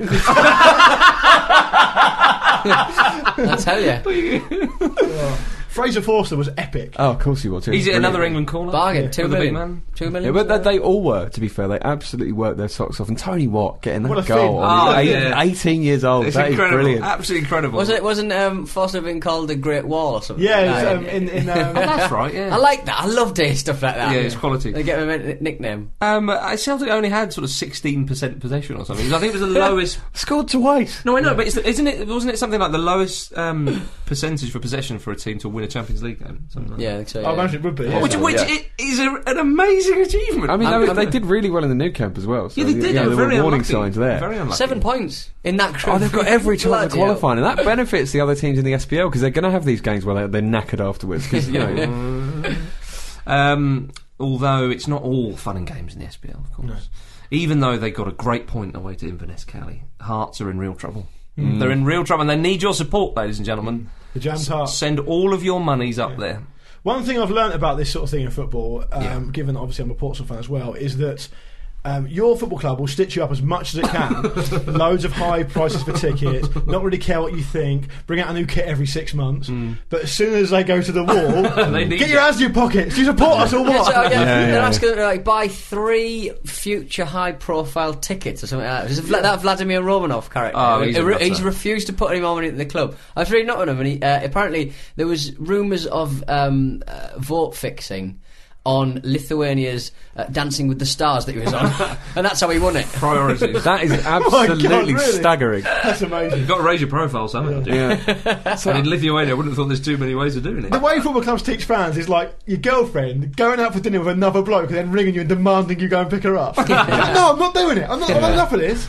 [SPEAKER 6] I tell you,
[SPEAKER 4] Fraser Forster was epic.
[SPEAKER 5] Oh, of course he was.
[SPEAKER 3] Is it another
[SPEAKER 5] Brilliant.
[SPEAKER 3] England caller?
[SPEAKER 6] bargain two
[SPEAKER 3] For the big
[SPEAKER 6] million,
[SPEAKER 3] man.
[SPEAKER 6] two
[SPEAKER 5] Yeah,
[SPEAKER 6] million.
[SPEAKER 5] but they, they all were, to be fair. They absolutely worked their socks off. And Tony Watt getting that
[SPEAKER 4] What a
[SPEAKER 5] goal.
[SPEAKER 4] feat.
[SPEAKER 5] I mean,
[SPEAKER 3] Oh,
[SPEAKER 5] eight-
[SPEAKER 3] yeah.
[SPEAKER 5] 18 years old.
[SPEAKER 3] It's
[SPEAKER 5] That is
[SPEAKER 3] incredible, Ah,
[SPEAKER 5] brilliant.
[SPEAKER 3] absolutely incredible.
[SPEAKER 6] wasn't it? Wasn't um, Foster being called the Great Wall or something?
[SPEAKER 4] Yeah, it was,
[SPEAKER 6] No,
[SPEAKER 4] um, in, in, um,
[SPEAKER 3] That's right. Yeah.
[SPEAKER 6] I like that. I love doing stuff like that.
[SPEAKER 3] Yeah, it's quality.
[SPEAKER 6] They get him a n- nickname.
[SPEAKER 3] Um, uh, Celtic only had sort of sixteen percent possession or something. I think it was the lowest.
[SPEAKER 5] Scored twice.
[SPEAKER 3] No, I know, but it's, isn't it? Wasn't it something like the lowest um, percentage for possession for a team to win a Champions League game? Something like
[SPEAKER 6] Yeah, I think so,
[SPEAKER 4] I
[SPEAKER 6] yeah.
[SPEAKER 4] Oh, imagine it would be. yeah.
[SPEAKER 3] Which, which
[SPEAKER 5] Yeah.
[SPEAKER 3] i- is a, an amazing achievement.
[SPEAKER 5] I mean,
[SPEAKER 3] Um,
[SPEAKER 5] they, were- they did really well in the new camp as well. So,
[SPEAKER 3] Yeah, they did.
[SPEAKER 5] You know,
[SPEAKER 3] they were
[SPEAKER 5] there
[SPEAKER 3] very
[SPEAKER 5] were warning
[SPEAKER 3] unlucky.
[SPEAKER 5] signs there.
[SPEAKER 3] Very unlucky.
[SPEAKER 6] Seven points in that crew.
[SPEAKER 5] Oh, they've got every chance of
[SPEAKER 6] Bloody hell.
[SPEAKER 5] qualifying, and that benefits the other teams in the SPL because they're going to have these games where they're, they're knackered afterwards. 'cause, you know,
[SPEAKER 3] Um, although it's not all fun and games in the SPL, of course. Even though they got a great point away to Inverness Cali, Hearts are in real trouble.
[SPEAKER 4] Hmm.
[SPEAKER 3] They're in real trouble, and they need your support, ladies and gentlemen.
[SPEAKER 4] The jammed heart.
[SPEAKER 3] Send all of your monies up there.
[SPEAKER 4] One thing I've learnt about this sort of thing in football, um, given that obviously I'm a Portsmouth fan as well, is that um, your football club will stitch you up as much as it can. Loads of high prices for tickets, not really care what you think, bring out a new kit every six months. But as soon as they go to the wall,
[SPEAKER 3] Mm. They need
[SPEAKER 4] get your
[SPEAKER 3] it.
[SPEAKER 4] hands in your pockets. You support us or
[SPEAKER 6] Yeah,
[SPEAKER 4] what?
[SPEAKER 6] so, yeah,
[SPEAKER 5] Yeah,
[SPEAKER 6] they're
[SPEAKER 5] yeah.
[SPEAKER 6] asking them to like buy three future high-profile tickets or something like that. There's a Vla- that Vladimir Romanov character.
[SPEAKER 3] Oh, he's a
[SPEAKER 6] He re-
[SPEAKER 3] nutter.
[SPEAKER 6] he's refused to put any more money in the club. I was reading up on him, and he, uh, apparently there was rumours of um, uh, vote fixing on Lithuania's uh, Dancing with the Stars that he was on, and that's how he won it.
[SPEAKER 3] Priorities.
[SPEAKER 5] that is
[SPEAKER 4] God,
[SPEAKER 5] absolutely
[SPEAKER 4] really?
[SPEAKER 5] staggering.
[SPEAKER 4] That's amazing.
[SPEAKER 3] You've got to raise your profile somehow. dude. And in Lithuania, I wouldn't have thought there's too many ways of doing it.
[SPEAKER 4] The way football clubs teach fans is like your girlfriend going out for dinner with another bloke and then ringing you and demanding you go and pick her up. no, I'm not doing it. I'm not, I'm not enough of this.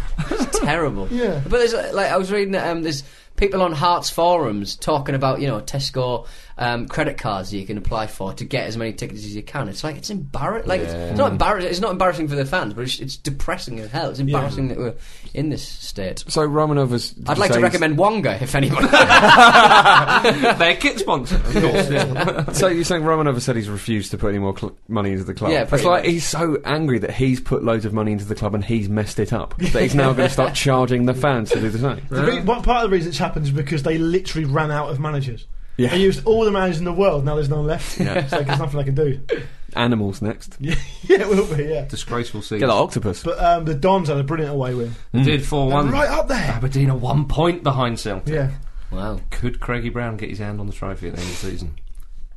[SPEAKER 6] terrible.
[SPEAKER 4] Yeah.
[SPEAKER 6] But there's uh, like I was reading that um, there's people on Hearts forums talking about you know Tesco um, credit cards that you can apply for to get as many tickets as you can. It's like it's embarrassing. Like it's, it's not embarrassing. It's not embarrassing for the fans, but it's, it's depressing as hell. It's embarrassing that we're in this state.
[SPEAKER 5] So Romanov has.
[SPEAKER 6] I'd like to
[SPEAKER 5] says-
[SPEAKER 6] recommend Wonga if anyone.
[SPEAKER 3] Their kit sponsor, of course. yeah.
[SPEAKER 5] So you're saying Romanov has said he's refused to put any more cl- money into the club?
[SPEAKER 6] Yeah,
[SPEAKER 5] it's
[SPEAKER 6] pretty
[SPEAKER 5] like
[SPEAKER 6] much.
[SPEAKER 5] he's so angry that he's put loads of money into the club and he's messed it up that he's now going to start charging the fans to do the same.
[SPEAKER 4] The
[SPEAKER 3] Uh.
[SPEAKER 4] re- what part of the reason it's happened is because they literally ran out of managers.
[SPEAKER 5] Yeah.
[SPEAKER 4] They used all the managers in the world. Now there's none left. It's like there's nothing I can do.
[SPEAKER 5] Animals next.
[SPEAKER 4] yeah, it will be. Yeah.
[SPEAKER 3] Disgraceful
[SPEAKER 5] Get
[SPEAKER 3] season.
[SPEAKER 5] that octopus.
[SPEAKER 4] But um, the Dons had a brilliant away win.
[SPEAKER 3] They did 4 1.
[SPEAKER 4] Right up there.
[SPEAKER 3] Aberdeen are one point behind Celtic.
[SPEAKER 4] Yeah.
[SPEAKER 6] wow.
[SPEAKER 3] Could Craigie Brown get his hand on the trophy at the end of the season?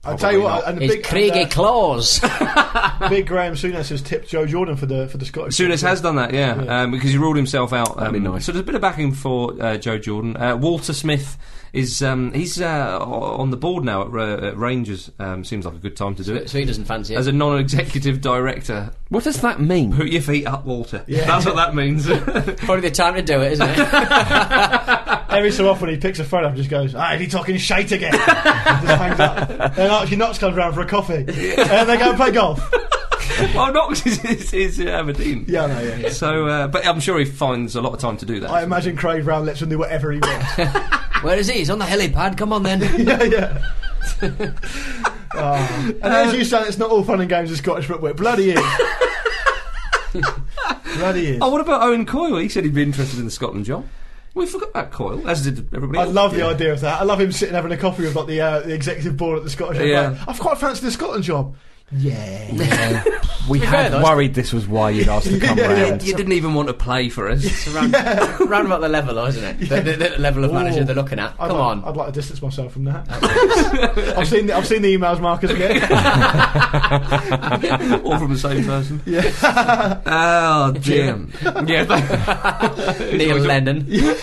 [SPEAKER 4] I tell you what,
[SPEAKER 3] not.
[SPEAKER 4] and the
[SPEAKER 6] It's
[SPEAKER 4] big,
[SPEAKER 6] Craigie
[SPEAKER 4] and,
[SPEAKER 6] Claws.
[SPEAKER 4] uh, big Graham Souness has tipped Joe Jordan for the for the Scottish.
[SPEAKER 3] Souness has done that, yeah,
[SPEAKER 4] Yeah.
[SPEAKER 3] Um, because he ruled himself out. Um,
[SPEAKER 5] be nice.
[SPEAKER 3] So there's a bit of backing for uh, Joe Jordan. Uh, Walter Smith is um, he's uh, o- on the board now at, Ra- at Rangers. Um, seems like a good time to do it
[SPEAKER 6] so he doesn't fancy it.
[SPEAKER 3] as a non-executive director.
[SPEAKER 5] What does that mean?
[SPEAKER 3] Put your feet up, Walter. That's what that means.
[SPEAKER 6] Probably the time to do it, isn't it?
[SPEAKER 4] Every so often he picks a phone up and just goes, ah, is he talking shite again? just hangs up. Then Archie Knox comes round for a coffee. and they go and play golf.
[SPEAKER 3] well, Knox is, is, is uh, Aberdeen.
[SPEAKER 4] Yeah, no, yeah. yeah.
[SPEAKER 3] So, uh, but I'm sure he finds a lot of time to do that.
[SPEAKER 4] I imagine Craig Brown lets him do whatever he wants.
[SPEAKER 6] Where is he? He's on the helipad. Come on then.
[SPEAKER 4] yeah, yeah. Oh. And as you say, it's not all fun and games with Scottish football. It Bloody is. Bloody is.
[SPEAKER 3] Oh, what about Owen Coyle? He said he'd be interested in the Scotland job. We forgot about Coyle, as did everybody.
[SPEAKER 4] I
[SPEAKER 3] else.
[SPEAKER 4] love the idea of that. I love him sitting having a coffee with like the, uh, the executive board at the Scottish.
[SPEAKER 3] Yeah.
[SPEAKER 4] Like, I've quite fancied the Scotland job. Yeah.
[SPEAKER 5] We had worried this was why you'd asked to come
[SPEAKER 4] Yeah, yeah.
[SPEAKER 5] round.
[SPEAKER 3] You didn't even want to play for us.
[SPEAKER 6] It's round, round about the level, though, isn't it? The, the, the level of manager they're looking at.
[SPEAKER 4] I'd
[SPEAKER 6] Come
[SPEAKER 4] like,
[SPEAKER 6] on.
[SPEAKER 4] I'd like to distance myself from that. I've seen the, I've seen the emails Marcus get.
[SPEAKER 3] All from the same person. Yeah. oh, dear. yeah. thank-
[SPEAKER 6] Neil Lennon. you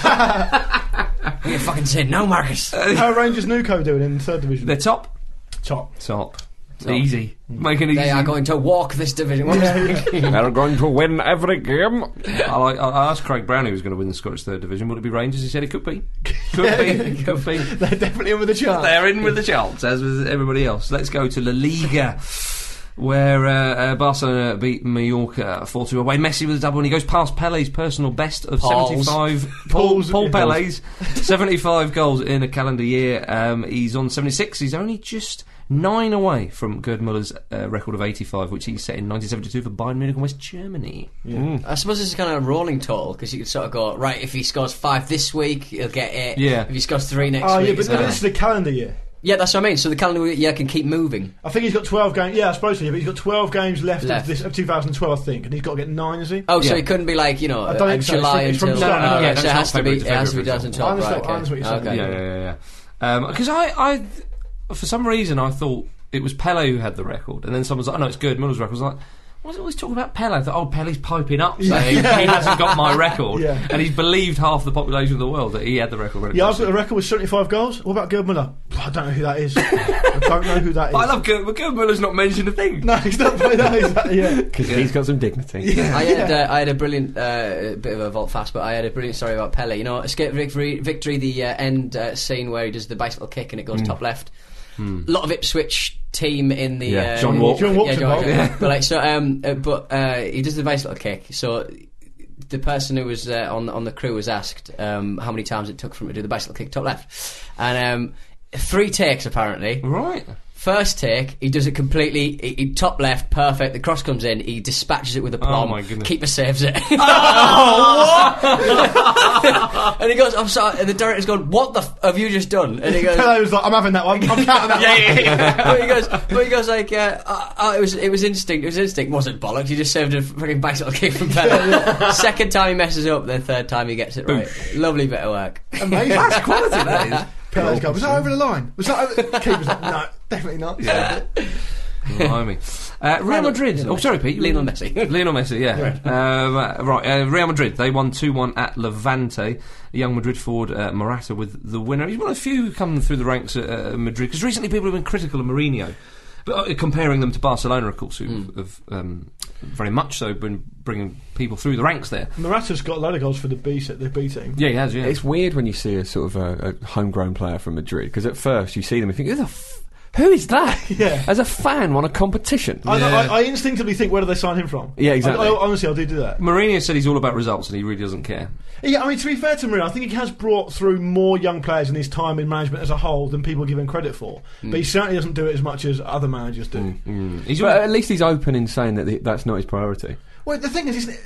[SPEAKER 6] fucking said no, Marcus.
[SPEAKER 4] How are Rangers Nuco doing in third division?
[SPEAKER 3] They're top.
[SPEAKER 4] top.
[SPEAKER 3] Top. Easy. Make an easy.
[SPEAKER 6] They are going to walk this division. What was-
[SPEAKER 5] They're going to win every game.
[SPEAKER 3] I, like, I asked Craig Brown who was going to win the Scottish Third Division. Would it be Rangers? He said it could be. Could be. Could be.
[SPEAKER 4] They're definitely in with a chance.
[SPEAKER 3] They're in with the chance, as with everybody else. Let's go to La Liga. Where uh, uh, Barcelona beat Mallorca 4 2 away. Messi with a double and he goes past Pele's personal best of
[SPEAKER 6] Paul's.
[SPEAKER 3] 75. Paul,
[SPEAKER 4] Paul's-
[SPEAKER 3] Paul
[SPEAKER 4] yeah.
[SPEAKER 3] Pele's 75 goals in a calendar year. Um, he's on 76. He's only just nine away from Gerd Muller's uh, record of 85, which he set in 1972 for Bayern Munich and West Germany.
[SPEAKER 6] I suppose this is kind of a rolling total because you could sort of go right. If he scores five this week, he'll get it.
[SPEAKER 3] Yeah.
[SPEAKER 6] If he scores three next
[SPEAKER 4] Oh
[SPEAKER 6] week,
[SPEAKER 4] yeah, but
[SPEAKER 6] it's like-
[SPEAKER 4] this is the calendar year.
[SPEAKER 6] yeah, that's what I mean. So the calendar yeah can keep moving.
[SPEAKER 4] I think he's got 12 games. Yeah, I suppose so. Yeah, but he's got 12 games left,
[SPEAKER 6] Left.
[SPEAKER 4] Of, this, of 2012, I think, and he's got to get nine, is he?
[SPEAKER 6] Oh, so
[SPEAKER 3] Yeah.
[SPEAKER 6] it couldn't be like you know
[SPEAKER 4] I don't
[SPEAKER 6] uh,
[SPEAKER 4] think so. It's
[SPEAKER 6] July
[SPEAKER 4] from- it's from
[SPEAKER 6] until.
[SPEAKER 4] January.
[SPEAKER 6] oh,
[SPEAKER 3] Yeah,
[SPEAKER 6] okay, so it
[SPEAKER 3] that's
[SPEAKER 6] has
[SPEAKER 3] not
[SPEAKER 6] to
[SPEAKER 3] February
[SPEAKER 6] be. It
[SPEAKER 3] to
[SPEAKER 6] has to be
[SPEAKER 3] February, for
[SPEAKER 6] 2012.
[SPEAKER 4] I understand-
[SPEAKER 6] right,
[SPEAKER 4] I understand what
[SPEAKER 6] okay.
[SPEAKER 4] you're saying.
[SPEAKER 6] Okay.
[SPEAKER 3] Yeah, yeah, yeah. Because I, I, for some reason, I thought it was Pele who had the record, and then someone's like, "Oh no, it's Gerd Muller's record." I was like. Why is it always talking about Pele? I thought, oh, Pele's piping up saying he hasn't got my record.
[SPEAKER 4] Yeah.
[SPEAKER 3] And he's believed half the population of the world that he had the record. When it
[SPEAKER 4] Yeah, I've
[SPEAKER 3] comes
[SPEAKER 4] got
[SPEAKER 3] to-
[SPEAKER 4] a record with 75 goals. What about Gerd Müller? I don't know who that is. I don't know who that is.
[SPEAKER 3] But I love Gerd, but Gerd Muller's not mentioned a thing.
[SPEAKER 4] No, he's not playing that. He's that yeah.
[SPEAKER 5] Because he's got some dignity.
[SPEAKER 6] I had uh, I had a brilliant uh, bit of a vault fast, but I had a brilliant story about Pele. You know, escape victory, victory the uh, end uh, scene where he does the bicycle kick and it
[SPEAKER 5] Hmm.
[SPEAKER 6] goes top left. A lot of Ipswich team in the
[SPEAKER 5] Yeah,
[SPEAKER 6] uh,
[SPEAKER 5] John Walk.
[SPEAKER 4] John Walk's
[SPEAKER 6] yeah, John Walk.
[SPEAKER 4] involved. Yeah.
[SPEAKER 6] But like so, um, uh, but uh, he does the bicycle kick. So the person who was uh, on on the crew was asked um, how many times it took for him to do the bicycle kick top left, and um, three takes apparently.
[SPEAKER 3] Right.
[SPEAKER 6] First take, he does it completely. He, he top left, perfect. The cross comes in. He dispatches it with a plum.
[SPEAKER 3] Oh my goodness. Oh,
[SPEAKER 6] Keeper saves it. and he goes, "I'm sorry." And the director's gone, "What the f- have you just done?" And he goes,
[SPEAKER 4] Pele was like, I'm having that one. I'm counting that one.
[SPEAKER 6] but he goes, but he goes like, uh, uh, uh, it was it was instinct. It was instinct. wasn't bollocks. He just saved a fucking bicycle kick from Pele. Second time he messes up. Then third time he gets it right. Lovely bit of work.
[SPEAKER 4] Amazing. That's
[SPEAKER 3] Quality, that
[SPEAKER 4] Pele's goal. Was that over the line? Was that over the keeper's like, no, definitely not. Yeah.
[SPEAKER 3] is. Blimey. Uh, Real Madrid. oh, sorry, Pete.
[SPEAKER 6] Lionel Messi.
[SPEAKER 3] Lionel Messi, yeah. Um, uh, right, uh, Real Madrid. They won 2 1 at Levante. Young Madrid forward uh, Morata with the winner. He's one of the few who come through the ranks at uh, Madrid because recently people have been critical of Mourinho. But uh, comparing them to Barcelona, of course, who have um, very much so been bringing people through the ranks there.
[SPEAKER 4] Morata's got a load of goals for the B, set- the B team.
[SPEAKER 3] Yeah, he has, yeah.
[SPEAKER 5] It's weird when you see a sort of a, a homegrown player from Madrid because at first you see them and think, who the f- who is that?
[SPEAKER 4] Yeah.
[SPEAKER 5] As a fan on a competition.
[SPEAKER 4] I, know, I, I instinctively think, where do they sign him from?
[SPEAKER 5] Yeah, exactly.
[SPEAKER 4] I, I, honestly, I do do that.
[SPEAKER 3] Mourinho said he's all about results and he really doesn't care.
[SPEAKER 4] Yeah, I mean, to be fair to Mourinho, I think he has brought through more young players in his time in management as a whole than people give him credit for. But he certainly doesn't do it as much as other managers do.
[SPEAKER 3] He's
[SPEAKER 5] But
[SPEAKER 3] all-
[SPEAKER 5] at least he's open in saying that the, that's not his priority.
[SPEAKER 4] Well, the thing is, isn't it,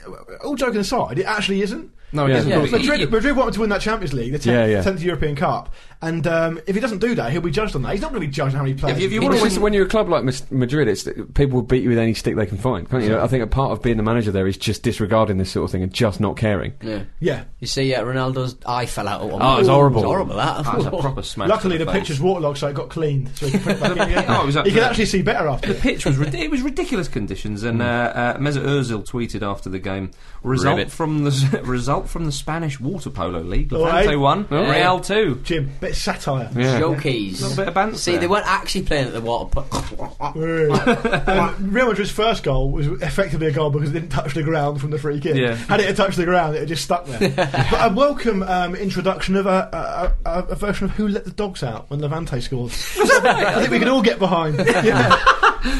[SPEAKER 4] all joking aside, it actually isn't.
[SPEAKER 3] No, he
[SPEAKER 5] Yeah.
[SPEAKER 3] doesn't.
[SPEAKER 6] Yeah.
[SPEAKER 3] But
[SPEAKER 4] Madrid,
[SPEAKER 3] you-
[SPEAKER 4] Madrid wanted to win that Champions League, the 10th,
[SPEAKER 5] Yeah, yeah.
[SPEAKER 4] 10th European Cup. And um, if he doesn't do that, he'll be judged on that. He's not going to be judged on how many players.
[SPEAKER 3] If you- if you
[SPEAKER 4] he
[SPEAKER 3] wanna
[SPEAKER 5] Well,
[SPEAKER 4] brings
[SPEAKER 5] it's
[SPEAKER 3] win-
[SPEAKER 5] when you're a club like Mas- Madrid, it's people will beat you with any stick they can find, can't you? I think a part of being the manager there is just disregarding this sort of thing and just not caring.
[SPEAKER 6] Yeah.
[SPEAKER 4] in. Yeah.
[SPEAKER 6] You see, yeah, Ronaldo's eye fell out. at one
[SPEAKER 5] Oh, it was
[SPEAKER 6] point.
[SPEAKER 5] horrible.
[SPEAKER 6] It was horrible. That.
[SPEAKER 3] That was a proper smash. to
[SPEAKER 4] Luckily, the,
[SPEAKER 3] face.
[SPEAKER 4] pitch is waterlogged, so it got cleaned. So he could put it back in again.
[SPEAKER 3] Oh, it was
[SPEAKER 4] He
[SPEAKER 3] absolutely-
[SPEAKER 4] could actually see better after.
[SPEAKER 3] The
[SPEAKER 4] it.
[SPEAKER 3] pitch was rid- it was ridiculous conditions, and uh, uh, Mesut Ozil tweeted after the game: result
[SPEAKER 1] Ribbit.
[SPEAKER 3] from the result from the Spanish water polo league.
[SPEAKER 4] Oh, eh?
[SPEAKER 3] Levante one,
[SPEAKER 6] Yeah.
[SPEAKER 3] Real two.
[SPEAKER 4] Jim, bit of satire.
[SPEAKER 3] A little
[SPEAKER 6] Jokies.
[SPEAKER 3] bit of banter.
[SPEAKER 6] See, they weren't actually playing at the water. Put-
[SPEAKER 4] Um, Real Madrid's first goal was effectively a goal because it didn't touch the ground from the free kick.
[SPEAKER 3] Yeah.
[SPEAKER 4] Had it had touched the ground, it had just stuck there. but a welcome um, introduction of a, a, a, a version of Who Let the Dogs Out when Levante scored. I think we can all get behind. Yeah.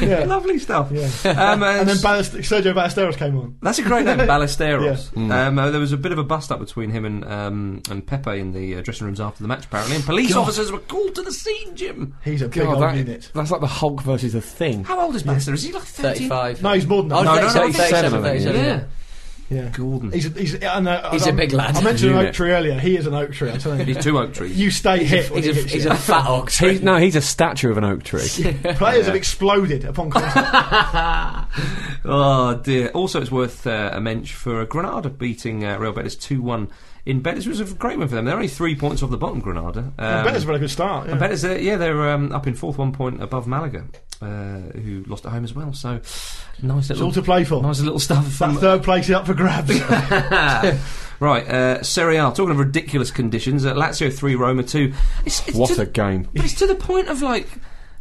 [SPEAKER 4] yeah.
[SPEAKER 3] Lovely stuff.
[SPEAKER 4] Yeah.
[SPEAKER 3] Um,
[SPEAKER 4] And then Ballast- Sergio Ballesteros came on.
[SPEAKER 3] That's a great name, Ballesteros. Um, uh, there was a bit of a bust up between him and um, and Pepe in the uh, dressing rooms after the match, apparently. And police officers were called to the scene. Jim,
[SPEAKER 4] He's a big old unit.
[SPEAKER 5] that's like the Hulk versus the Thing.
[SPEAKER 3] how old is Ballesteros? Is he like 13?
[SPEAKER 6] Thirty-five.
[SPEAKER 4] No, he's more than that.
[SPEAKER 6] Oh,
[SPEAKER 3] no, no,
[SPEAKER 6] 37,
[SPEAKER 5] 37,
[SPEAKER 6] 37,
[SPEAKER 5] I think,
[SPEAKER 3] Yeah.
[SPEAKER 6] 37, yeah.
[SPEAKER 4] Yeah.
[SPEAKER 3] Gordon.
[SPEAKER 4] He's a, he's, a- and, uh,
[SPEAKER 6] He's a
[SPEAKER 4] I'm-
[SPEAKER 6] big lad.
[SPEAKER 4] I mentioned an
[SPEAKER 5] Unit.
[SPEAKER 4] oak tree earlier. He is an oak tree. I'm telling you.
[SPEAKER 3] He's two oak trees.
[SPEAKER 4] You stay hit. when
[SPEAKER 6] He's a,
[SPEAKER 4] he hits
[SPEAKER 6] he's
[SPEAKER 4] you.
[SPEAKER 6] a fat ox.
[SPEAKER 5] He's, no, he's a statue of an oak tree.
[SPEAKER 4] Players have exploded upon contact.
[SPEAKER 3] Oh dear. Also, it's worth uh, a mention for Granada beating uh, Real Betis 2 1 in Betis, which was a great win for them. They're only three points off the bottom, Granada. Um,
[SPEAKER 4] Better's a very good start. yeah.
[SPEAKER 3] and Betis, uh, yeah, they're um, up in fourth, one point above Malaga, uh, who lost at home as well. So, nice
[SPEAKER 4] It's all
[SPEAKER 3] little,
[SPEAKER 4] to play for.
[SPEAKER 3] nice little stuff.
[SPEAKER 4] That
[SPEAKER 3] From,
[SPEAKER 4] third place is up for grabs.
[SPEAKER 3] right, uh, Serie A, talking of ridiculous conditions, uh, Lazio 3, Roma 2. It's, it's
[SPEAKER 5] what
[SPEAKER 3] to,
[SPEAKER 5] a game!
[SPEAKER 3] But it's to the point of like,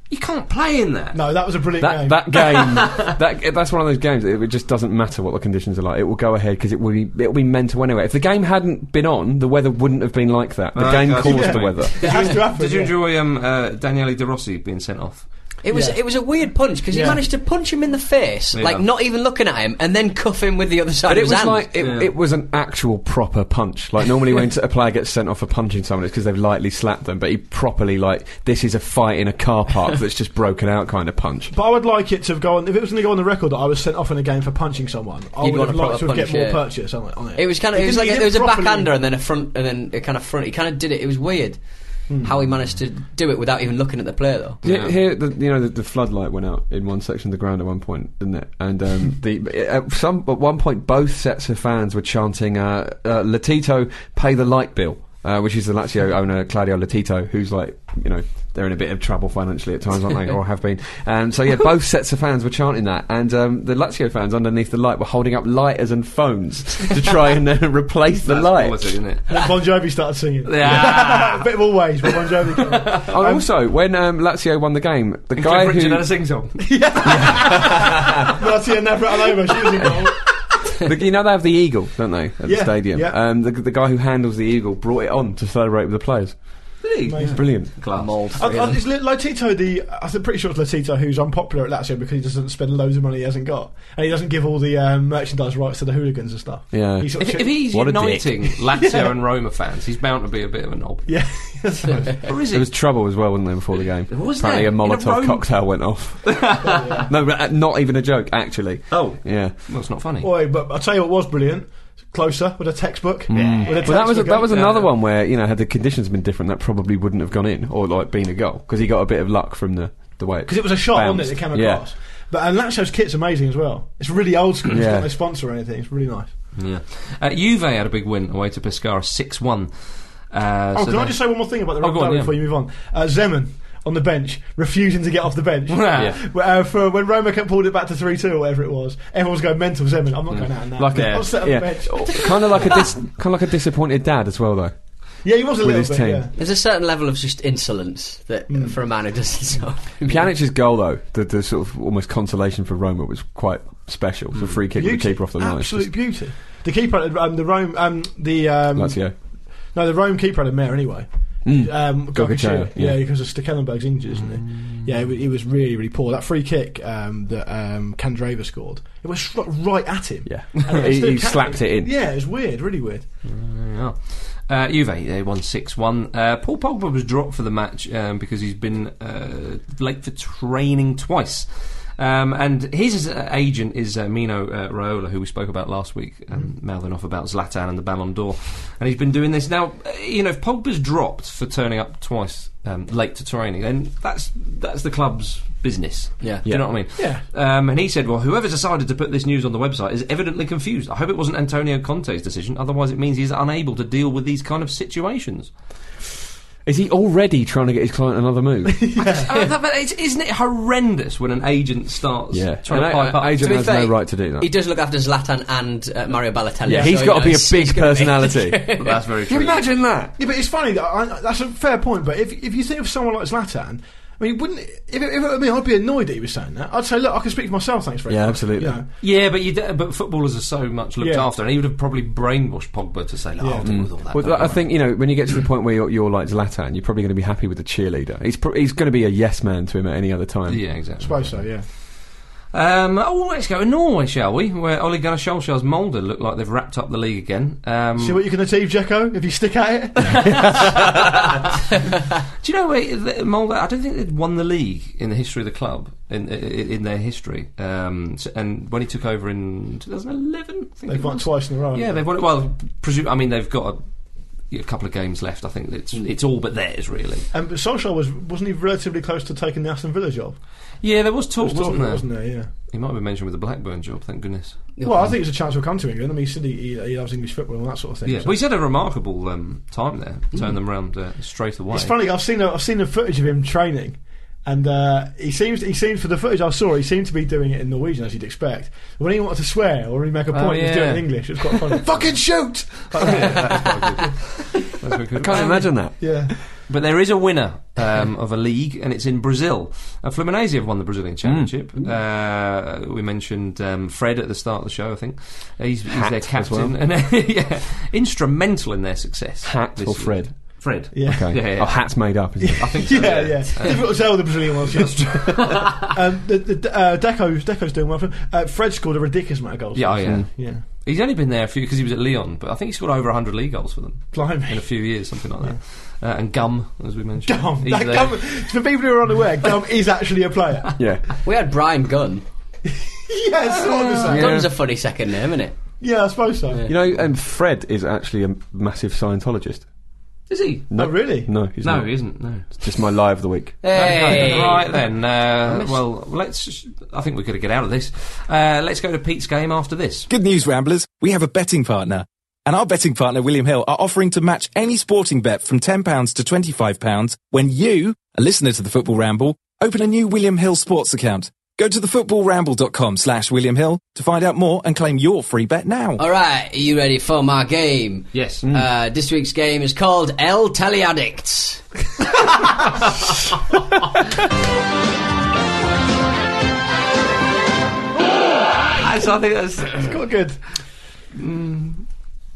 [SPEAKER 3] you can't play in that.
[SPEAKER 4] no, that was a brilliant game.
[SPEAKER 5] That, that game, that, that's one of those games. It, it just doesn't matter what the conditions are like. It will go ahead because it will be it will be mental anyway. If the game hadn't been on, the weather wouldn't have been like that. The
[SPEAKER 3] Right,
[SPEAKER 5] game
[SPEAKER 3] that's
[SPEAKER 5] caused
[SPEAKER 3] right.
[SPEAKER 5] the weather.
[SPEAKER 4] it has to happen.
[SPEAKER 3] Did you
[SPEAKER 4] yeah.
[SPEAKER 3] enjoy um, uh, Daniele De Rossi being sent off?
[SPEAKER 6] It was
[SPEAKER 4] Yeah.
[SPEAKER 6] it was a weird punch because
[SPEAKER 4] Yeah.
[SPEAKER 6] he managed to punch him in the face,
[SPEAKER 3] Yeah.
[SPEAKER 6] like not even looking at him, and then cuff him with the other side
[SPEAKER 5] But
[SPEAKER 6] of
[SPEAKER 5] it
[SPEAKER 6] his
[SPEAKER 5] was
[SPEAKER 6] hand.
[SPEAKER 5] like it,
[SPEAKER 3] Yeah.
[SPEAKER 5] it was an actual proper punch. Like normally when a player gets sent off for punching someone, it's because they've lightly slapped them. But he properly like this is a fight in a car park that's just broken out kind of punch.
[SPEAKER 4] But I would like it to go on. If it was going to go on the record that I was sent off in a game for punching someone, I
[SPEAKER 6] You'd
[SPEAKER 4] would
[SPEAKER 6] want
[SPEAKER 4] have
[SPEAKER 6] a
[SPEAKER 4] liked to
[SPEAKER 6] proper
[SPEAKER 4] have get
[SPEAKER 6] punch,
[SPEAKER 4] more
[SPEAKER 6] yeah.
[SPEAKER 4] purchase on it. On it.
[SPEAKER 6] It was kind of
[SPEAKER 4] He
[SPEAKER 6] it was
[SPEAKER 4] didn't- he
[SPEAKER 6] like
[SPEAKER 4] didn't
[SPEAKER 6] a, there was a
[SPEAKER 4] properly-
[SPEAKER 6] backhander and then a front and then a kind of front. He kind of did it. It was weird
[SPEAKER 4] Hmm.
[SPEAKER 6] how he managed to do it without even looking at the player though.
[SPEAKER 5] Yeah. Here, the, you know, the, the floodlight went out in one section of the ground at one point, didn't it? And um, the at some at one point, both sets of fans were chanting, uh, uh, "Latito, pay the light bill," uh, which is the Lazio owner Claudio Latito, who's like, you know, they're in a bit of trouble financially at times, aren't they, or have been? Um, so yeah, both sets of fans were chanting that, and um, the Lazio fans underneath the light were holding up lighters and phones to try and uh, replace the
[SPEAKER 3] That's
[SPEAKER 5] light.
[SPEAKER 3] quality, isn't it?
[SPEAKER 4] And then Bon Jovi started singing.
[SPEAKER 3] Yeah.
[SPEAKER 4] a bit of all ways, but Bon Jovi. came on.
[SPEAKER 5] And also, when um, Lazio won the game, the guy
[SPEAKER 3] Cliff Richard
[SPEAKER 5] who
[SPEAKER 3] had a sing song.
[SPEAKER 4] Martina Navratilova, she was involved.
[SPEAKER 5] the, you know they have the eagle, don't they, at the
[SPEAKER 4] Yeah,
[SPEAKER 5] stadium?
[SPEAKER 4] yeah.
[SPEAKER 5] Um, the, the guy who handles the eagle brought it on to celebrate with the players. It's brilliant.
[SPEAKER 3] Class.
[SPEAKER 4] I, I, is Lo- Lotito the? I'm pretty sure it's Lotito who's unpopular at Lazio because he doesn't spend loads of money he hasn't got, and he doesn't give all the um, merchandise rights to the hooligans and stuff.
[SPEAKER 5] Yeah.
[SPEAKER 4] He sort of
[SPEAKER 3] If,
[SPEAKER 4] chi-
[SPEAKER 3] if he's
[SPEAKER 5] What a dick.
[SPEAKER 3] uniting Lazio and Roma fans, he's bound to be a bit of a knob.
[SPEAKER 4] yeah, That's right.
[SPEAKER 3] Or is
[SPEAKER 5] There
[SPEAKER 3] it?
[SPEAKER 5] was trouble as well, wasn't there, before the game?
[SPEAKER 3] Was
[SPEAKER 5] Apparently,
[SPEAKER 3] there?
[SPEAKER 5] a
[SPEAKER 3] In a
[SPEAKER 5] Molotov
[SPEAKER 3] Rome-
[SPEAKER 5] cocktail went off. no, but, uh, not even a joke, actually.
[SPEAKER 3] oh,
[SPEAKER 5] Yeah.
[SPEAKER 3] well, it's not funny.
[SPEAKER 4] Boy, but I'll tell you what was brilliant. Closer with a textbook. With a
[SPEAKER 5] Mm. Well, that was
[SPEAKER 4] textbook
[SPEAKER 5] that was
[SPEAKER 4] on-
[SPEAKER 5] another one where you know had the conditions been different, that probably wouldn't have gone in or like been a goal because he got a bit of luck from the the way
[SPEAKER 4] because it was a shot, wasn't it?
[SPEAKER 5] bounced.
[SPEAKER 4] That came
[SPEAKER 5] Yeah.
[SPEAKER 4] across. But and Lazio's kit's amazing as well. It's really old school. It's
[SPEAKER 5] Yeah.
[SPEAKER 4] got no sponsor or anything. It's really nice.
[SPEAKER 3] Yeah. Uh, Juve had a big win away to Pescara, 6 1. Uh, so
[SPEAKER 4] Oh, can I
[SPEAKER 3] they-
[SPEAKER 4] just say one more thing about the
[SPEAKER 3] Oh,
[SPEAKER 4] Rock
[SPEAKER 3] go on,
[SPEAKER 4] Derby
[SPEAKER 3] yeah.
[SPEAKER 4] before you move on? Uh, Zeman on the bench, refusing to get off the bench.
[SPEAKER 3] Yeah.
[SPEAKER 4] Uh, for when Roma kept pulled it back to three two or whatever it was, everyone was going mental. Zeman, I'm not going out now.
[SPEAKER 5] Mm. Like a-
[SPEAKER 4] I'll sit on
[SPEAKER 5] yeah. Oh.
[SPEAKER 4] the bench.
[SPEAKER 5] kind of like a dis- kind of like a disappointed dad as well, though.
[SPEAKER 4] Yeah, he was a
[SPEAKER 5] With
[SPEAKER 4] little
[SPEAKER 5] his
[SPEAKER 4] bit.
[SPEAKER 5] team.
[SPEAKER 4] Yeah.
[SPEAKER 6] There's a certain level of just insolence that
[SPEAKER 4] Hmm.
[SPEAKER 6] for a man who doesn't stop.
[SPEAKER 5] Pjanic's goal, though, the, the sort of almost consolation for Roma was quite special. The free kick, with the
[SPEAKER 4] Beauty.
[SPEAKER 5] keeper off the line. It's
[SPEAKER 4] Absolute
[SPEAKER 5] just-
[SPEAKER 4] beauty. The keeper, um, the Rome, um, the um,
[SPEAKER 5] Lazio.
[SPEAKER 4] No, the Rome keeper had a mare anyway.
[SPEAKER 5] Mm.
[SPEAKER 4] Um,
[SPEAKER 5] Gogochea,
[SPEAKER 4] Gogochea,
[SPEAKER 5] yeah.
[SPEAKER 4] yeah,
[SPEAKER 5] Mm.
[SPEAKER 4] because of Stekelenburg's injured, isn't he? Yeah, he, wa- he was really, really poor. That free kick um, that um, Kandreva scored, it was struck right at him.
[SPEAKER 5] Yeah.
[SPEAKER 4] And it
[SPEAKER 5] He-
[SPEAKER 4] still
[SPEAKER 5] he
[SPEAKER 4] catch-
[SPEAKER 5] slapped it in.
[SPEAKER 4] Yeah, it was weird, really weird.
[SPEAKER 3] Yeah. Uh, Juve, they won 6 1. Uh, Paul Pogba was dropped for the match um, because he's been uh, late for training twice. Um, and his uh, agent is uh, Mino uh, Raiola, who we spoke about last week, um, mouthing off about Zlatan and the Ballon d'Or. And he's been doing this. Now, uh, you know, if Pogba's dropped for turning up twice um, late to training, then that's, that's the club's business.
[SPEAKER 6] Yeah.
[SPEAKER 3] Do you know what I mean?
[SPEAKER 4] Yeah.
[SPEAKER 3] Um, and he said, well, whoever decided to put this news on the website is evidently confused. I hope it wasn't Antonio Conte's decision, otherwise, it means he's unable to deal with these kind of situations.
[SPEAKER 5] Is he already trying to get his client another move?
[SPEAKER 3] Oh, that- but it's, isn't it horrendous when an agent starts
[SPEAKER 5] Yeah.
[SPEAKER 3] trying to
[SPEAKER 5] An a-
[SPEAKER 3] pipe up?
[SPEAKER 5] agent
[SPEAKER 6] To be
[SPEAKER 5] has
[SPEAKER 6] fair,
[SPEAKER 5] no right to do that.
[SPEAKER 6] He does look after Zlatan and uh, Mario Balotelli.
[SPEAKER 5] yeah,
[SPEAKER 6] so,
[SPEAKER 5] he's
[SPEAKER 6] you
[SPEAKER 5] got
[SPEAKER 6] know,
[SPEAKER 5] to be a
[SPEAKER 6] it's-
[SPEAKER 5] big
[SPEAKER 6] it's gonna be-
[SPEAKER 5] personality.
[SPEAKER 3] That's very
[SPEAKER 5] Can you
[SPEAKER 3] true.
[SPEAKER 5] imagine that?
[SPEAKER 4] Yeah, but it's funny that I, I- that's a fair point. But if if you think of someone like Zlatan, I mean, wouldn't if it, if it were me, I'd be annoyed that he was saying that. I'd say, look, I can speak for myself. Thanks very
[SPEAKER 5] Yeah,
[SPEAKER 4] much.
[SPEAKER 5] absolutely.
[SPEAKER 4] You know.
[SPEAKER 3] Yeah, but you d- but footballers are so much looked
[SPEAKER 4] Yeah.
[SPEAKER 3] after, and he would have probably brainwashed Pogba to say, like, "I'll deal with all that."
[SPEAKER 5] Well,
[SPEAKER 3] don't
[SPEAKER 5] I
[SPEAKER 3] worry."
[SPEAKER 5] think you know when you get to the point where you're, you're like Zlatan, you're probably going to be happy with the cheerleader. He's pro- he's going to be a yes man to him at any other time.
[SPEAKER 3] Yeah, exactly.
[SPEAKER 4] suppose so. Yeah.
[SPEAKER 3] Um, oh, let's go to Norway, shall we? Where Ole Gunnar Solskjaer's Molde look like they've wrapped up the league again. Um,
[SPEAKER 5] Mm.
[SPEAKER 4] See what you can achieve, Jacko, if you stick at it.
[SPEAKER 3] do you know where the, Molde? I don't think they'd won the league in the history of the club in in, in their history. Um, s- and when he took over in 2011, I think
[SPEAKER 4] They've
[SPEAKER 3] it
[SPEAKER 4] won
[SPEAKER 3] was.
[SPEAKER 4] twice in a row.
[SPEAKER 3] Yeah, they've won it. Well, presume. I mean, they've got a, a couple of games left. I think it's it's all but theirs, really.
[SPEAKER 4] And Um, but Solskjaer was wasn't he relatively close to taking the Aston Villa job?
[SPEAKER 3] Yeah, there was talk,
[SPEAKER 4] There was
[SPEAKER 3] Oh,
[SPEAKER 4] talk
[SPEAKER 3] wasn't
[SPEAKER 4] of it,
[SPEAKER 3] there?
[SPEAKER 4] Wasn't there? Yeah.
[SPEAKER 3] He might have been mentioned with the Blackburn job. Thank goodness.
[SPEAKER 4] Well, I think it's a chance he'll come to England. I mean, he said he, he, he loves English football and that sort of thing.
[SPEAKER 3] Yeah,
[SPEAKER 4] so-
[SPEAKER 3] well, he's had a remarkable um, time there. Turned them round uh, straight away.
[SPEAKER 4] It's funny. I've seen I've seen the footage of him training, and uh, he seems he seems for the footage I saw, he seemed to be doing it in Norwegian as you'd expect. When he wanted to swear or he make a point, he was
[SPEAKER 3] Oh, yeah.
[SPEAKER 4] doing it in English. It was quite funny. Fucking shoot!
[SPEAKER 3] That's very good.
[SPEAKER 5] Can't imagine that.
[SPEAKER 4] Yeah,
[SPEAKER 3] But there is a winner um, of a league, and it's in Brazil. Uh, Fluminense have won the Brazilian Championship. Uh, we mentioned um, Fred at the start of the show, I think. Uh, he's, he's their captain. And, yeah, instrumental in their success.
[SPEAKER 5] Hat
[SPEAKER 3] this
[SPEAKER 5] or
[SPEAKER 3] year.
[SPEAKER 5] Fred?
[SPEAKER 3] Fred.
[SPEAKER 4] yeah,
[SPEAKER 5] Okay.
[SPEAKER 3] Yeah, yeah.
[SPEAKER 5] Oh, hat's made up. Isn't it?
[SPEAKER 3] I think so.
[SPEAKER 4] yeah, yeah. Difficult to tell the Brazilian ones. um, the the uh, Deco's Deco's doing well. For him. Uh, Fred scored a ridiculous amount of goals.
[SPEAKER 3] Yeah, oh, yeah.
[SPEAKER 4] yeah.
[SPEAKER 3] He's only been there a few because he was at Leon, but I think he scored over 100 league goals for them in a
[SPEAKER 4] Blimey.
[SPEAKER 3] few years, something like that. Uh, and Gum, as we mentioned.
[SPEAKER 4] Gum.
[SPEAKER 3] He's
[SPEAKER 4] That
[SPEAKER 3] there.
[SPEAKER 4] Gum- For people who are unaware, Gum is actually a player.
[SPEAKER 5] yeah.
[SPEAKER 6] We had Brian Gunn.
[SPEAKER 4] yeah, sort of the same.
[SPEAKER 6] Gunn's a funny second name, isn't it?
[SPEAKER 4] Yeah, I suppose so.
[SPEAKER 5] You know, um, Fred is actually a massive Scientologist.
[SPEAKER 3] Is he?
[SPEAKER 5] No,
[SPEAKER 4] Oh, really?
[SPEAKER 5] No, he's
[SPEAKER 3] No,
[SPEAKER 5] not.
[SPEAKER 3] he isn't. No.
[SPEAKER 5] It's just my lie of the week.
[SPEAKER 6] Hey.
[SPEAKER 3] Right then. Uh, well, let's. just- I think we're going to get out of this. Uh, let's go to Pete's game after this.
[SPEAKER 8] Good news, Ramblers. We have a betting partner. And our betting partner, William Hill, are offering to match any sporting bet from £10 to £25 when you, a listener to the Football Ramble, open a new William Hill sports account. Go to thefootballramble.com slash William Hill to find out more and claim your free bet now.
[SPEAKER 6] All right, are you ready for my game?
[SPEAKER 3] Yes.
[SPEAKER 5] Hmm.
[SPEAKER 6] Uh, this week's game is called El Teleaddict.
[SPEAKER 3] Uh, so I think that's.
[SPEAKER 4] Quite good.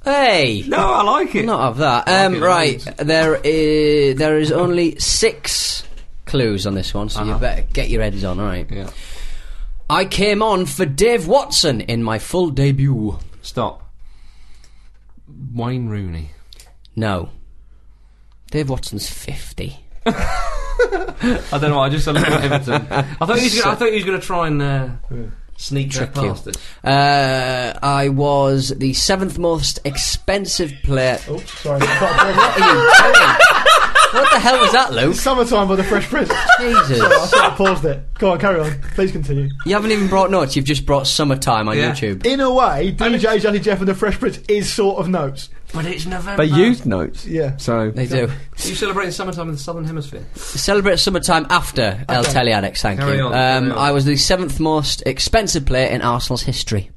[SPEAKER 6] Hey,
[SPEAKER 3] No, I like it.
[SPEAKER 6] not of that. Um,
[SPEAKER 3] Fucking
[SPEAKER 6] right,
[SPEAKER 3] loads.
[SPEAKER 6] there is there is only six clues on this one, so you better get your heads on. All right.
[SPEAKER 3] Uh-huh. Yeah.
[SPEAKER 6] I came on for Dave Watson in my full debut.
[SPEAKER 3] Stop. Wayne Rooney.
[SPEAKER 6] No, Dave Watson's fifty.
[SPEAKER 3] I don't know. I just I looked at Everton. I thought he was. Gonna, I thought he was going to try and uh, sneak that
[SPEAKER 6] Trick you.
[SPEAKER 3] past us.
[SPEAKER 6] Uh, I was the seventh most expensive player.
[SPEAKER 4] Oh, sorry. Quite good.
[SPEAKER 6] What the hell was that, Luke?
[SPEAKER 4] Summertime by the Fresh Prince. I
[SPEAKER 6] Jesus.
[SPEAKER 4] sort of paused it. Go on, carry on. Please continue.
[SPEAKER 6] You haven't even brought notes, you've just brought summertime on
[SPEAKER 3] Yeah.
[SPEAKER 6] YouTube.
[SPEAKER 4] In a way, DJ Jazzy Jeff and the Fresh Prince is sort of notes.
[SPEAKER 3] But it's November.
[SPEAKER 5] They used notes.
[SPEAKER 4] Yeah.
[SPEAKER 5] So
[SPEAKER 6] They do.
[SPEAKER 3] Are you celebrating summertime in the Southern Hemisphere?
[SPEAKER 6] Celebrate summertime after El Teleadex, thank
[SPEAKER 3] Carry
[SPEAKER 6] you.
[SPEAKER 3] on,
[SPEAKER 6] um,
[SPEAKER 3] carry on.
[SPEAKER 6] I was the seventh most expensive player in Arsenal's history.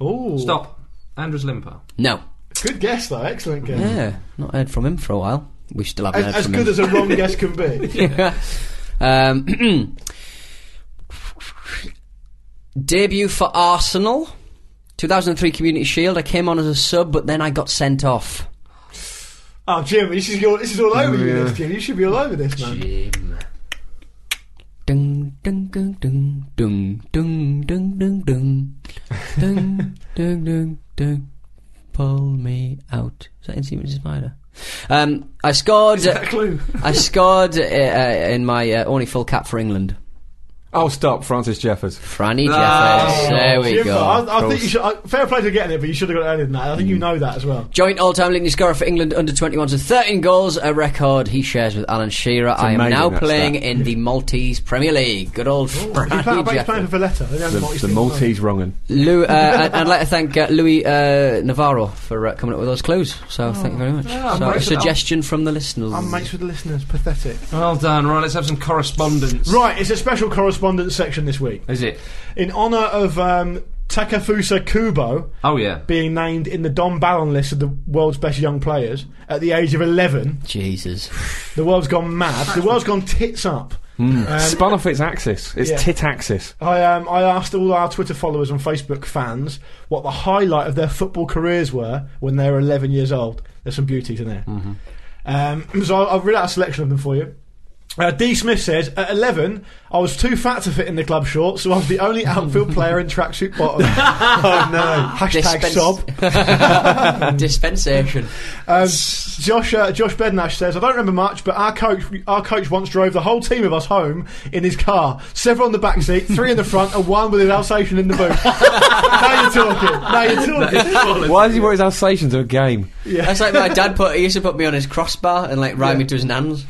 [SPEAKER 4] Oh,
[SPEAKER 3] Stop. Andrews Limpar.
[SPEAKER 6] No.
[SPEAKER 4] Good guess, though. Excellent guess.
[SPEAKER 6] Yeah, not heard from him for a while. We still haven't
[SPEAKER 4] As,
[SPEAKER 6] heard
[SPEAKER 4] as
[SPEAKER 6] from
[SPEAKER 4] good
[SPEAKER 6] him.
[SPEAKER 4] as a wrong guess can be.
[SPEAKER 6] um, debut for Arsenal, 2003 Community Shield. I came on as a sub, but then I got sent off.
[SPEAKER 4] Oh, Jim, this is, your, this is all over you, this, Jim. You should be all over this, man.
[SPEAKER 6] Dun dun dun dun dun dun dun dun dun dun dun dun dun. Pull me out. Is that Insidious Spider? Um, I scored.
[SPEAKER 4] Clue.
[SPEAKER 6] I scored uh, uh, in my uh, only full cap for England.
[SPEAKER 5] Oh, stop, Francis Jeffers.
[SPEAKER 6] Franny
[SPEAKER 4] Ah,
[SPEAKER 6] Jeffers. There we
[SPEAKER 4] Jimbo,
[SPEAKER 6] go.
[SPEAKER 4] I, I think you should. I, fair play to getting it, but you should have got it earlier than that. I think you know that as well.
[SPEAKER 6] Joint all-time leading scorer for England under 21s with 13 goals, a record he shares with Alan Shearer. I am
[SPEAKER 5] amazing,
[SPEAKER 6] now
[SPEAKER 5] that
[SPEAKER 6] playing
[SPEAKER 5] stat.
[SPEAKER 6] in the Maltese Premier League. Good old
[SPEAKER 4] He's playing, I
[SPEAKER 6] Franny
[SPEAKER 4] bet he's playing
[SPEAKER 6] Jeffers.
[SPEAKER 4] for Valletta. They're the only
[SPEAKER 5] The,
[SPEAKER 4] Maltese
[SPEAKER 5] the
[SPEAKER 4] team.
[SPEAKER 5] Maltese wrong'un.
[SPEAKER 6] Lou, uh, and, and I'd like to thank uh, Louis uh, Navarro for uh, coming up with those clues.
[SPEAKER 4] Oh.
[SPEAKER 6] So thank you very much.
[SPEAKER 3] Yeah, I'm
[SPEAKER 6] so
[SPEAKER 3] right
[SPEAKER 6] a
[SPEAKER 3] for that.
[SPEAKER 6] suggestion from the listeners.
[SPEAKER 4] I'm mates with the listeners. Pathetic.
[SPEAKER 3] Well done. Right, let's have some correspondence.
[SPEAKER 4] Right, it's a special correspondence section this week
[SPEAKER 3] Is it?
[SPEAKER 4] in honour of um, Takafusa Kubo
[SPEAKER 3] Oh, yeah.
[SPEAKER 4] being named in the Don Ballon list of the world's best young players at the age of 11.
[SPEAKER 6] Jesus.
[SPEAKER 4] The world's gone mad. The world's gone tits up.
[SPEAKER 5] Hmm.
[SPEAKER 4] Um,
[SPEAKER 5] Spun off its axis. Its
[SPEAKER 4] Yeah.
[SPEAKER 5] tit axis.
[SPEAKER 4] I um, I asked all our Twitter followers and Facebook fans what the highlight of their football careers were when they were 11 years old. There's some beauties in there. Um, so I'll, I'll read out a selection of them for you. Uh, D. Smith says, at 11, I was too fat to fit in the club shorts, so I was the only outfield player in tracksuit bottom. oh no. Hashtag
[SPEAKER 6] Dispense-
[SPEAKER 4] sob.
[SPEAKER 6] Dispensation.
[SPEAKER 4] Um, Josh uh, Josh Bednash says, I don't remember much, but our coach our coach once drove the whole team of us home in his car. Several in the back seat, three in the front, and one with an Alsatian in the boot. now you're talking. Now you're talking.
[SPEAKER 5] Why does he wear his Alsatian to a game?
[SPEAKER 6] That's like my dad put. He used to put me on his crossbar and like ride me to his nans.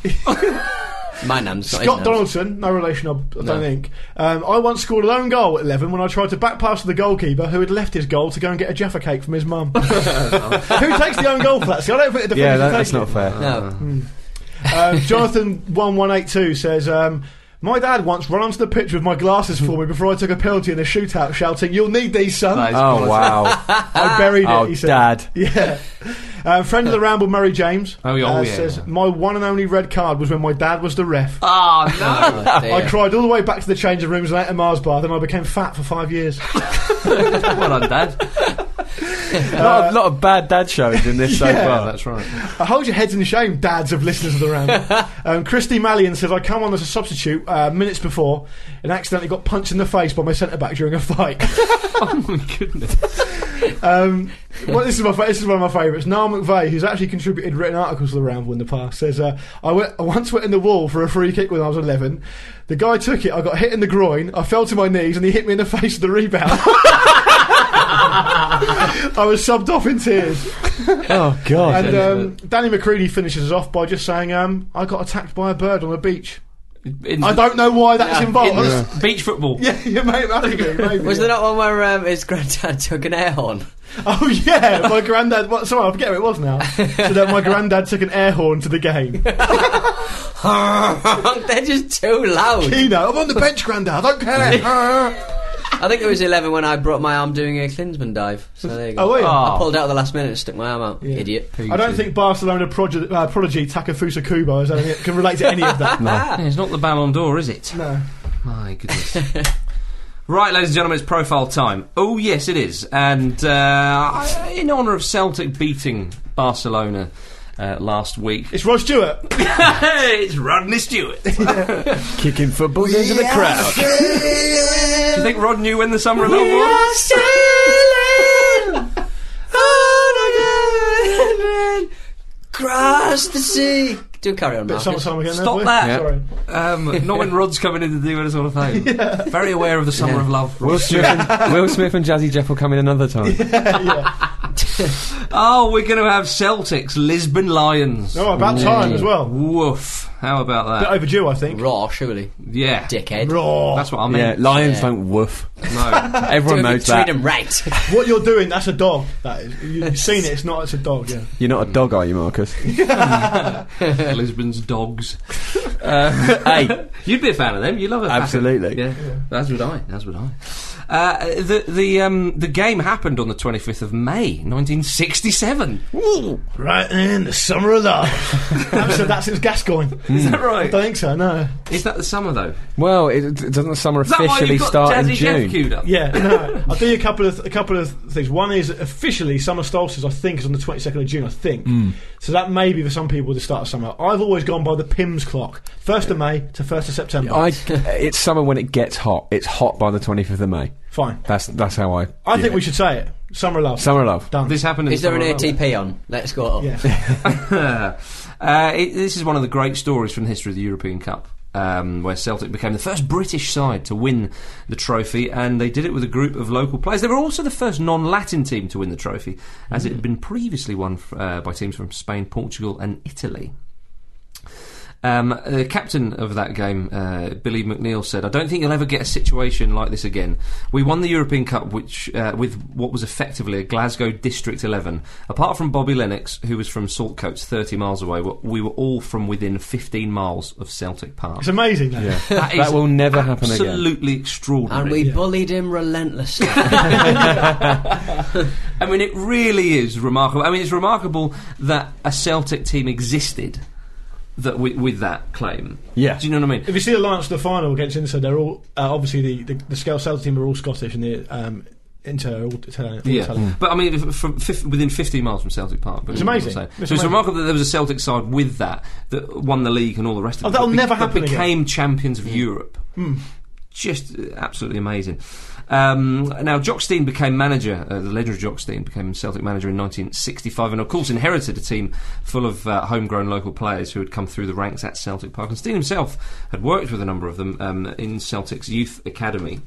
[SPEAKER 6] my nans,
[SPEAKER 4] Scott
[SPEAKER 6] not his nans.
[SPEAKER 4] Donaldson, no relation, I I don't
[SPEAKER 6] No.
[SPEAKER 4] think. Um, I once scored an own goal at 11 when I tried to back pass to the goalkeeper who had left his goal to go and get a Jaffa cake from his mum. who takes the own goal for that? See, I don't think the
[SPEAKER 5] Yeah,
[SPEAKER 4] defenders
[SPEAKER 5] that,
[SPEAKER 4] take
[SPEAKER 5] that's
[SPEAKER 4] it.
[SPEAKER 5] not fair.
[SPEAKER 6] No,
[SPEAKER 4] Um, Jonathan one one eight two says, um, "My dad once ran onto the pitch with my glasses for me before I took a penalty in a shootout, shouting, "You'll need these, son."
[SPEAKER 3] That is
[SPEAKER 5] Oh, wow.
[SPEAKER 4] I buried
[SPEAKER 5] oh,
[SPEAKER 4] it. He said,
[SPEAKER 5] Dad.
[SPEAKER 4] "Yeah." Uh, friend of the ramble, Murray James,
[SPEAKER 3] Oh, yeah,
[SPEAKER 4] uh,
[SPEAKER 3] oh, yeah.
[SPEAKER 4] says, "My one and only red card was when my dad was the ref."
[SPEAKER 3] Ah, no.
[SPEAKER 6] Oh, dear.
[SPEAKER 4] I cried all the way back to the changing rooms and ate a Mars bar. Then I became fat for five years.
[SPEAKER 3] well done, Dad.
[SPEAKER 5] A lot,
[SPEAKER 3] Uh,
[SPEAKER 5] of, lot of bad dad shows in this so
[SPEAKER 4] Yeah.
[SPEAKER 5] far.
[SPEAKER 3] That's right.
[SPEAKER 4] Uh, hold your heads in shame, dads of listeners of the round. um, Christy Mallion says, I come on as a substitute uh, minutes before and accidentally got punched in the face by my centre back during a fight. oh my goodness. um, well, this is my fa- this is one of my favourites. Niall McVeigh, who's actually contributed written articles to the Ramble in the past, says, uh, I, went, I once went in the wall for a free kick when I was 11. The guy took it, I got hit in the groin, I fell to my knees, and he hit me in the face with the rebound. I was subbed off in tears.
[SPEAKER 5] Oh, God.
[SPEAKER 4] And um, Danny McCready finishes us off by just saying, um, "I got attacked by a bird on a beach.
[SPEAKER 3] In-
[SPEAKER 4] I don't know why that's
[SPEAKER 3] in
[SPEAKER 4] involved."
[SPEAKER 3] the beach football.
[SPEAKER 4] Yeah, yeah, maybe, that could be, maybe.
[SPEAKER 6] was
[SPEAKER 4] yeah.
[SPEAKER 6] there not one where um, his granddad took an air horn?
[SPEAKER 4] Oh yeah, my granddad. What, sorry, I forget who it was now. So that my granddad took an air horn to the game.
[SPEAKER 6] They're just too loud.
[SPEAKER 4] Keno, I'm on the bench, granddad. I don't care.
[SPEAKER 6] I think it was 11 when I brought my arm doing a Klinsman dive. So there you go.
[SPEAKER 4] Oh, were you?
[SPEAKER 6] I pulled out at the last minute and stuck my arm out.
[SPEAKER 4] Yeah.
[SPEAKER 6] Idiot.
[SPEAKER 4] I don't think Barcelona prodigy, uh, prodigy Takafusa Kubo is anything, can relate to any of that.
[SPEAKER 3] Yeah, It's not the Ballon d'Or, is it?
[SPEAKER 4] No.
[SPEAKER 3] My goodness. right, ladies and gentlemen, it's profile time. Oh, yes, it is. And uh, I- in honour of Celtic beating Barcelona uh, last week,
[SPEAKER 4] It's Rod Stewart.
[SPEAKER 3] it's Rodney Stewart. Do
[SPEAKER 5] Kicking footballs into the crowd.
[SPEAKER 3] you think Rod knew when the Summer of Love was?
[SPEAKER 6] Cross the sea. Do carry on,
[SPEAKER 4] Bit of
[SPEAKER 6] Marcus.
[SPEAKER 4] summertime again. there,
[SPEAKER 3] Stop
[SPEAKER 4] boy.
[SPEAKER 3] that. Yeah.
[SPEAKER 4] Sorry.
[SPEAKER 3] Um, not when Rod's coming in to do his Hall of Fame. Very aware of the Summer of Love. Rod.
[SPEAKER 5] Will Smith, and, Will Smith and Jazzy Jeff will come in another time.
[SPEAKER 3] Oh, we're going to have Celtics, Lisbon Lions.
[SPEAKER 4] Oh, about time as well.
[SPEAKER 3] Woof. How about
[SPEAKER 4] Bit
[SPEAKER 3] that?
[SPEAKER 4] overdue, I think.
[SPEAKER 6] Raw, surely.
[SPEAKER 5] Oh.
[SPEAKER 3] yeah.
[SPEAKER 6] Dickhead.
[SPEAKER 4] Raw.
[SPEAKER 3] That's what I mean.
[SPEAKER 5] Yeah, lions don't woof.
[SPEAKER 3] No.
[SPEAKER 5] Everyone knows
[SPEAKER 6] treat
[SPEAKER 5] that.
[SPEAKER 6] him right.
[SPEAKER 4] What you're doing, that's a dog. That is. You've seen it, it's not, it's a dog, yeah.
[SPEAKER 5] You're not a dog, are you, Marcus?
[SPEAKER 3] Lisbon's dogs. Uh,
[SPEAKER 5] hey,
[SPEAKER 3] you'd be a fan of them. You love a pack of-
[SPEAKER 5] Absolutely.
[SPEAKER 3] Yeah, as would I. As would I. Uh, the the um, the game happened on the 25th of May, 1967.
[SPEAKER 4] Right in the summer of love. that's, that's his Gascoigne.
[SPEAKER 5] Hmm.
[SPEAKER 3] Is that
[SPEAKER 4] I
[SPEAKER 3] right?
[SPEAKER 4] don't think so, no.
[SPEAKER 3] Is that the summer though?
[SPEAKER 5] well, it, it doesn't the summer
[SPEAKER 3] Is that why
[SPEAKER 5] officially
[SPEAKER 3] you've got
[SPEAKER 5] start in
[SPEAKER 3] Jazzy Jeff
[SPEAKER 5] June?
[SPEAKER 3] queued up?
[SPEAKER 4] Yeah, no. I'll do you a couple of a couple of things. One is officially summer solstice. I think is on the twenty second of June. I think.
[SPEAKER 5] Hmm.
[SPEAKER 4] So that may be for some people the start of summer. I've always gone by the Pims clock, first of May to first of September.
[SPEAKER 5] I, it's summer when it gets hot. It's hot by the 25th of May.
[SPEAKER 4] Fine.
[SPEAKER 5] That's that's how I.
[SPEAKER 4] I think
[SPEAKER 5] yeah.
[SPEAKER 4] we should say it. Summer of love.
[SPEAKER 5] Summer of love.
[SPEAKER 4] Done.
[SPEAKER 3] This happened. In
[SPEAKER 6] Is there an
[SPEAKER 3] summer of love.
[SPEAKER 6] ATP on? Let's go.
[SPEAKER 4] Yeah.
[SPEAKER 3] uh, it, this is one of the great stories from the history of the European Cup. um, where Celtic became the first British side to win the trophy, and they did it with a group of local players. They were also the first non Latin team to win the trophy, as it had been previously won uh, by teams from Spain, Portugal, and Italy. Um, the captain of that game, uh, Billy McNeil, said, "I don't think you'll ever get a situation like this again. We won the European Cup, which uh, with what was effectively a Glasgow District Eleven. Apart from Bobby Lennox, who was from Saltcoats, thirty miles away, we- we were all from within fifteen miles of Celtic Park.
[SPEAKER 4] It's amazing. though.
[SPEAKER 5] Yeah.
[SPEAKER 3] That
[SPEAKER 5] That will never happen again.
[SPEAKER 3] Absolutely extraordinary.
[SPEAKER 6] And we bullied him relentlessly.
[SPEAKER 3] I mean, it really is remarkable. I mean, it's remarkable that a Celtic team existed that with, with that claim.
[SPEAKER 5] Yeah.
[SPEAKER 3] Do you know what I mean?
[SPEAKER 4] If you see the Lions to the final against Inter, they're all uh, obviously the the, the Scale Celtic team are all Scottish and the um, Inter are all Italian. all
[SPEAKER 3] Yeah,
[SPEAKER 4] Italian.
[SPEAKER 3] but I mean, if- from fif- within 15 miles from Celtic Park, but
[SPEAKER 4] It's
[SPEAKER 3] you know what I'm
[SPEAKER 4] amazing.
[SPEAKER 3] saying.
[SPEAKER 4] It's
[SPEAKER 3] so it's
[SPEAKER 4] amazing.
[SPEAKER 3] remarkable that there was a Celtic side with that that won the league and all the rest of
[SPEAKER 4] Oh,
[SPEAKER 3] it.
[SPEAKER 4] that'll
[SPEAKER 3] that
[SPEAKER 4] never
[SPEAKER 3] that
[SPEAKER 4] happen again. Mm.
[SPEAKER 3] Became champions of Europe. Just uh, absolutely amazing. Um, now, Jock Stein became manager. Uh, the legendary Jock Stein became Celtic manager in 1965, and of course inherited a team full of uh, homegrown local players who had come through the ranks at Celtic Park. And Stein himself had worked with a number of them um, in Celtic's youth academy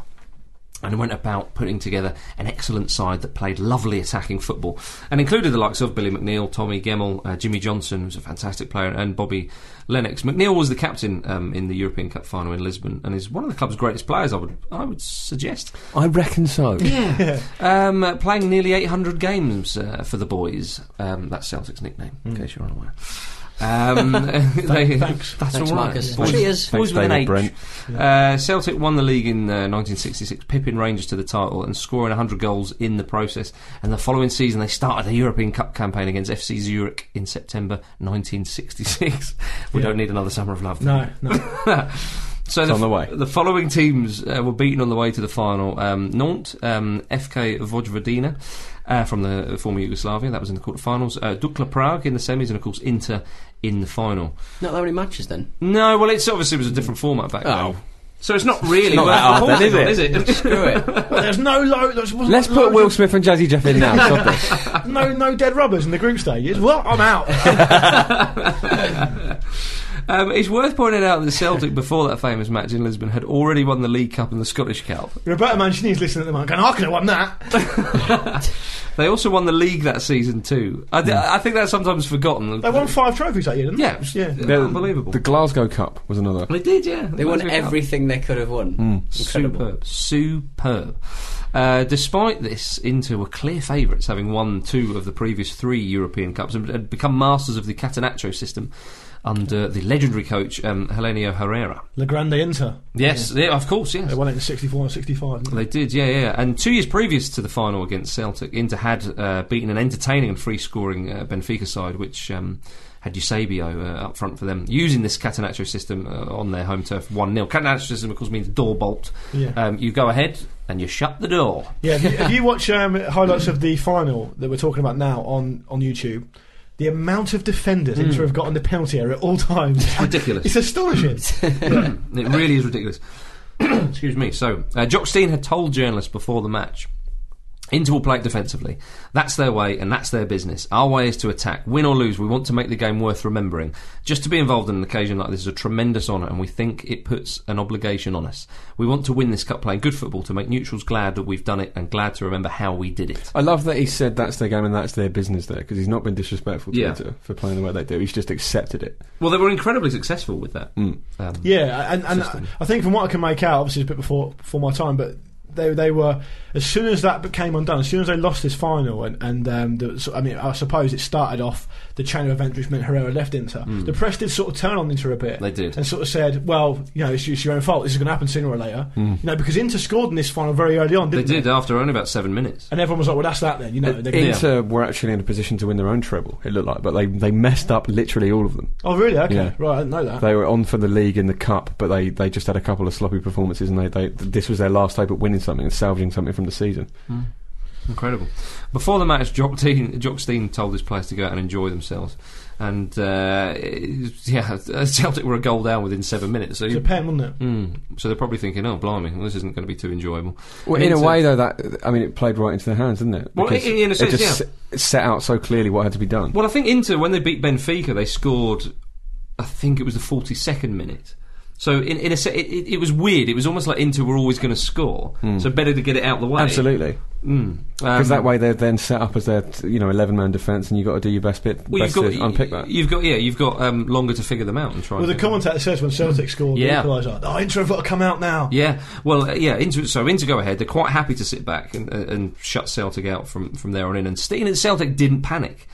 [SPEAKER 3] and went about putting together an excellent side that played lovely attacking football and included the likes of Billy McNeil, Tommy Gemmell, uh, Jimmy Johnson, who's a fantastic player, and Bobby Lennox. McNeil was the captain um, in the European Cup final in Lisbon and is one of the club's greatest players, I would, I would suggest.
[SPEAKER 5] I reckon so.
[SPEAKER 3] Yeah. um, uh, playing nearly 800 games uh, for the boys. Um, that's Celtic's nickname, in case you're unaware. Um, they-
[SPEAKER 4] thanks.
[SPEAKER 3] That's
[SPEAKER 6] Hmm. Thanks,
[SPEAKER 3] all right.
[SPEAKER 6] Marcus.
[SPEAKER 3] Boys, boys
[SPEAKER 6] Cheers.
[SPEAKER 5] Thanks,
[SPEAKER 3] with an
[SPEAKER 5] David
[SPEAKER 3] H.
[SPEAKER 5] Brent.
[SPEAKER 3] Uh, Celtic won the league in uh, 1966, pipping Rangers to the title and scoring 100 goals in the process. And the following season, they started the European Cup campaign against FC Zurich in September 1966. we don't need another summer of love.
[SPEAKER 4] No, no.
[SPEAKER 3] So the,
[SPEAKER 5] on the way.
[SPEAKER 3] the following teams uh, were beaten on the way to the final: um, Nantes, um, FK Vojvodina uh, from the former Yugoslavia, that was in the quarterfinals; uh, Dukla Prague in the semis, and of course Inter in the final.
[SPEAKER 6] Not that many matches then.
[SPEAKER 3] No, well, it's obviously it was a different format back then. So it's not really
[SPEAKER 5] Oh. not
[SPEAKER 3] worth
[SPEAKER 5] that hard then,
[SPEAKER 3] reporting
[SPEAKER 5] is
[SPEAKER 3] on, is it?
[SPEAKER 6] Screw it.
[SPEAKER 4] Well, there's no low. There's, wasn't
[SPEAKER 5] Let's put
[SPEAKER 4] loads
[SPEAKER 5] Will
[SPEAKER 4] of-
[SPEAKER 5] Smith and Jazzy Jeff in now. Stop this.
[SPEAKER 4] No, no dead rubbers in the group stages. Well, I'm out.
[SPEAKER 3] um, it's worth pointing out that Celtic, before that famous match in Lisbon, had already won the League Cup and the Scottish Cup.
[SPEAKER 4] Roberto Mancini's listening at the moment, going, "I could have won that."
[SPEAKER 3] They also won the league that season too. I, thi-
[SPEAKER 5] Hmm.
[SPEAKER 3] I think that's sometimes forgotten.
[SPEAKER 4] They won five trophies that year, didn't they?
[SPEAKER 3] Yeah, it was
[SPEAKER 4] yeah.
[SPEAKER 5] The-
[SPEAKER 3] unbelievable.
[SPEAKER 5] The Glasgow Cup was another.
[SPEAKER 3] they did, yeah.
[SPEAKER 6] They won everything they could have won.
[SPEAKER 3] Hmm. Superb, superb. Uh, despite this, Inter were clear favourites, having won two of the previous three European Cups and had become masters of the Catenaccio system under the legendary coach um, Helenio Herrera.
[SPEAKER 4] La Grande Inter.
[SPEAKER 3] Yes, yeah, of course, yes.
[SPEAKER 4] They won it in 64 and 65. didn't they?
[SPEAKER 3] They did, yeah, yeah. And two years previous to the final against Celtic, Inter had uh, beaten an entertaining and free scoring uh, Benfica side, which um, had Eusebio uh, up front for them, using this Catenaccio system uh, on their home turf 1 0. Catenaccio system, of course, means door bolt.
[SPEAKER 4] Yeah.
[SPEAKER 3] Um, you go ahead and you shut the door.
[SPEAKER 4] Yeah, if you, if you watch um, highlights of the final that we're talking about now on, on YouTube, the amount of defenders Inter have got in the penalty area at all times,
[SPEAKER 3] Ridiculous.
[SPEAKER 4] it's astonishing.
[SPEAKER 3] It really is ridiculous. Excuse me. So, uh, Jock Stein had told journalists before the match. Inter will play it defensively. That's their way and that's their business. Our way is to attack. Win or lose, we want to make the game worth remembering. Just to be involved in an occasion like this is a tremendous honour and we think it puts an obligation on us. We want to win this cup playing good football to make neutrals glad that we've done it and glad to remember how we did it.
[SPEAKER 5] I love that he said that's their game and that's their business there because he's not been disrespectful to
[SPEAKER 3] Yeah.
[SPEAKER 5] Inter for playing the way they do. He's just accepted it.
[SPEAKER 3] Well, they were incredibly successful with that. Um,
[SPEAKER 4] Yeah, and, and
[SPEAKER 3] System.
[SPEAKER 4] I think from what I can make out, obviously it's a bit before before my time, but they they were as soon as that became undone, as soon as they lost this final, and and um, the, so, I mean I suppose it started off the chain of events which meant Herrera left Inter. The press did sort of turn on Inter a bit.
[SPEAKER 3] They did.
[SPEAKER 4] and sort of said, well, you know, it's, it's your own fault. This is going to happen sooner or later. You know, because Inter scored in this final very early on,
[SPEAKER 3] They
[SPEAKER 4] didn't they?
[SPEAKER 3] did after only about seven minutes.
[SPEAKER 4] And everyone was like, well, that's that then. You know,
[SPEAKER 3] Uh,
[SPEAKER 4] they're gonna-
[SPEAKER 5] Inter were actually in a position to win their own treble. It looked like, but they they messed up literally all of them.
[SPEAKER 4] oh really? Okay,
[SPEAKER 5] Yeah.
[SPEAKER 4] right, I didn't know that.
[SPEAKER 5] They were on for the league and the cup, but they, they just had a couple of sloppy performances, and they, they this was their last hope at winning something and salvaging something from the season.
[SPEAKER 3] Incredible. Before the match, Jock Steen, Jock Steen told his players to go out and enjoy themselves. And, uh, yeah, Celtic were a goal down within seven minutes. So,
[SPEAKER 4] It's a
[SPEAKER 3] you,
[SPEAKER 4] pen, wasn't it?
[SPEAKER 3] mm, so they're probably thinking, oh, blimey, well, this isn't going to be too enjoyable.
[SPEAKER 5] Well,
[SPEAKER 3] And
[SPEAKER 5] in a
[SPEAKER 3] Inter-
[SPEAKER 5] way though, that I mean, it played right into their hands, didn't it?
[SPEAKER 3] Well,
[SPEAKER 5] Because
[SPEAKER 3] i- in a sense,
[SPEAKER 5] it
[SPEAKER 3] yeah.
[SPEAKER 5] just s- set out so clearly what had to be done.
[SPEAKER 3] Well, I think Inter, when they beat Benfica, they scored, I think it was the 42nd minute. So in, in a se- it, it, it was weird. It was almost like Inter were always going to score, so better to get it out the way.
[SPEAKER 5] Absolutely.
[SPEAKER 3] Mm.
[SPEAKER 5] Because
[SPEAKER 3] Um,
[SPEAKER 5] Hmm. that way they're then set up as their you know eleven man defence, and you've got to do your best bit
[SPEAKER 3] well,
[SPEAKER 5] best
[SPEAKER 3] you've got
[SPEAKER 5] to unpick that.
[SPEAKER 3] You've got yeah, you've got um, longer to figure them out and try.
[SPEAKER 4] Well,
[SPEAKER 3] and
[SPEAKER 4] the
[SPEAKER 3] figure them out.
[SPEAKER 4] commentator says when Celtic scored,
[SPEAKER 3] Yeah.
[SPEAKER 4] yeah. equaliser, oh, Inter have got to come out now.
[SPEAKER 3] Yeah, well, uh, yeah. Inter, so Inter go ahead. They're quite happy to sit back and, uh, and shut Celtic out from, from there on in. And Ste- and Celtic didn't panic,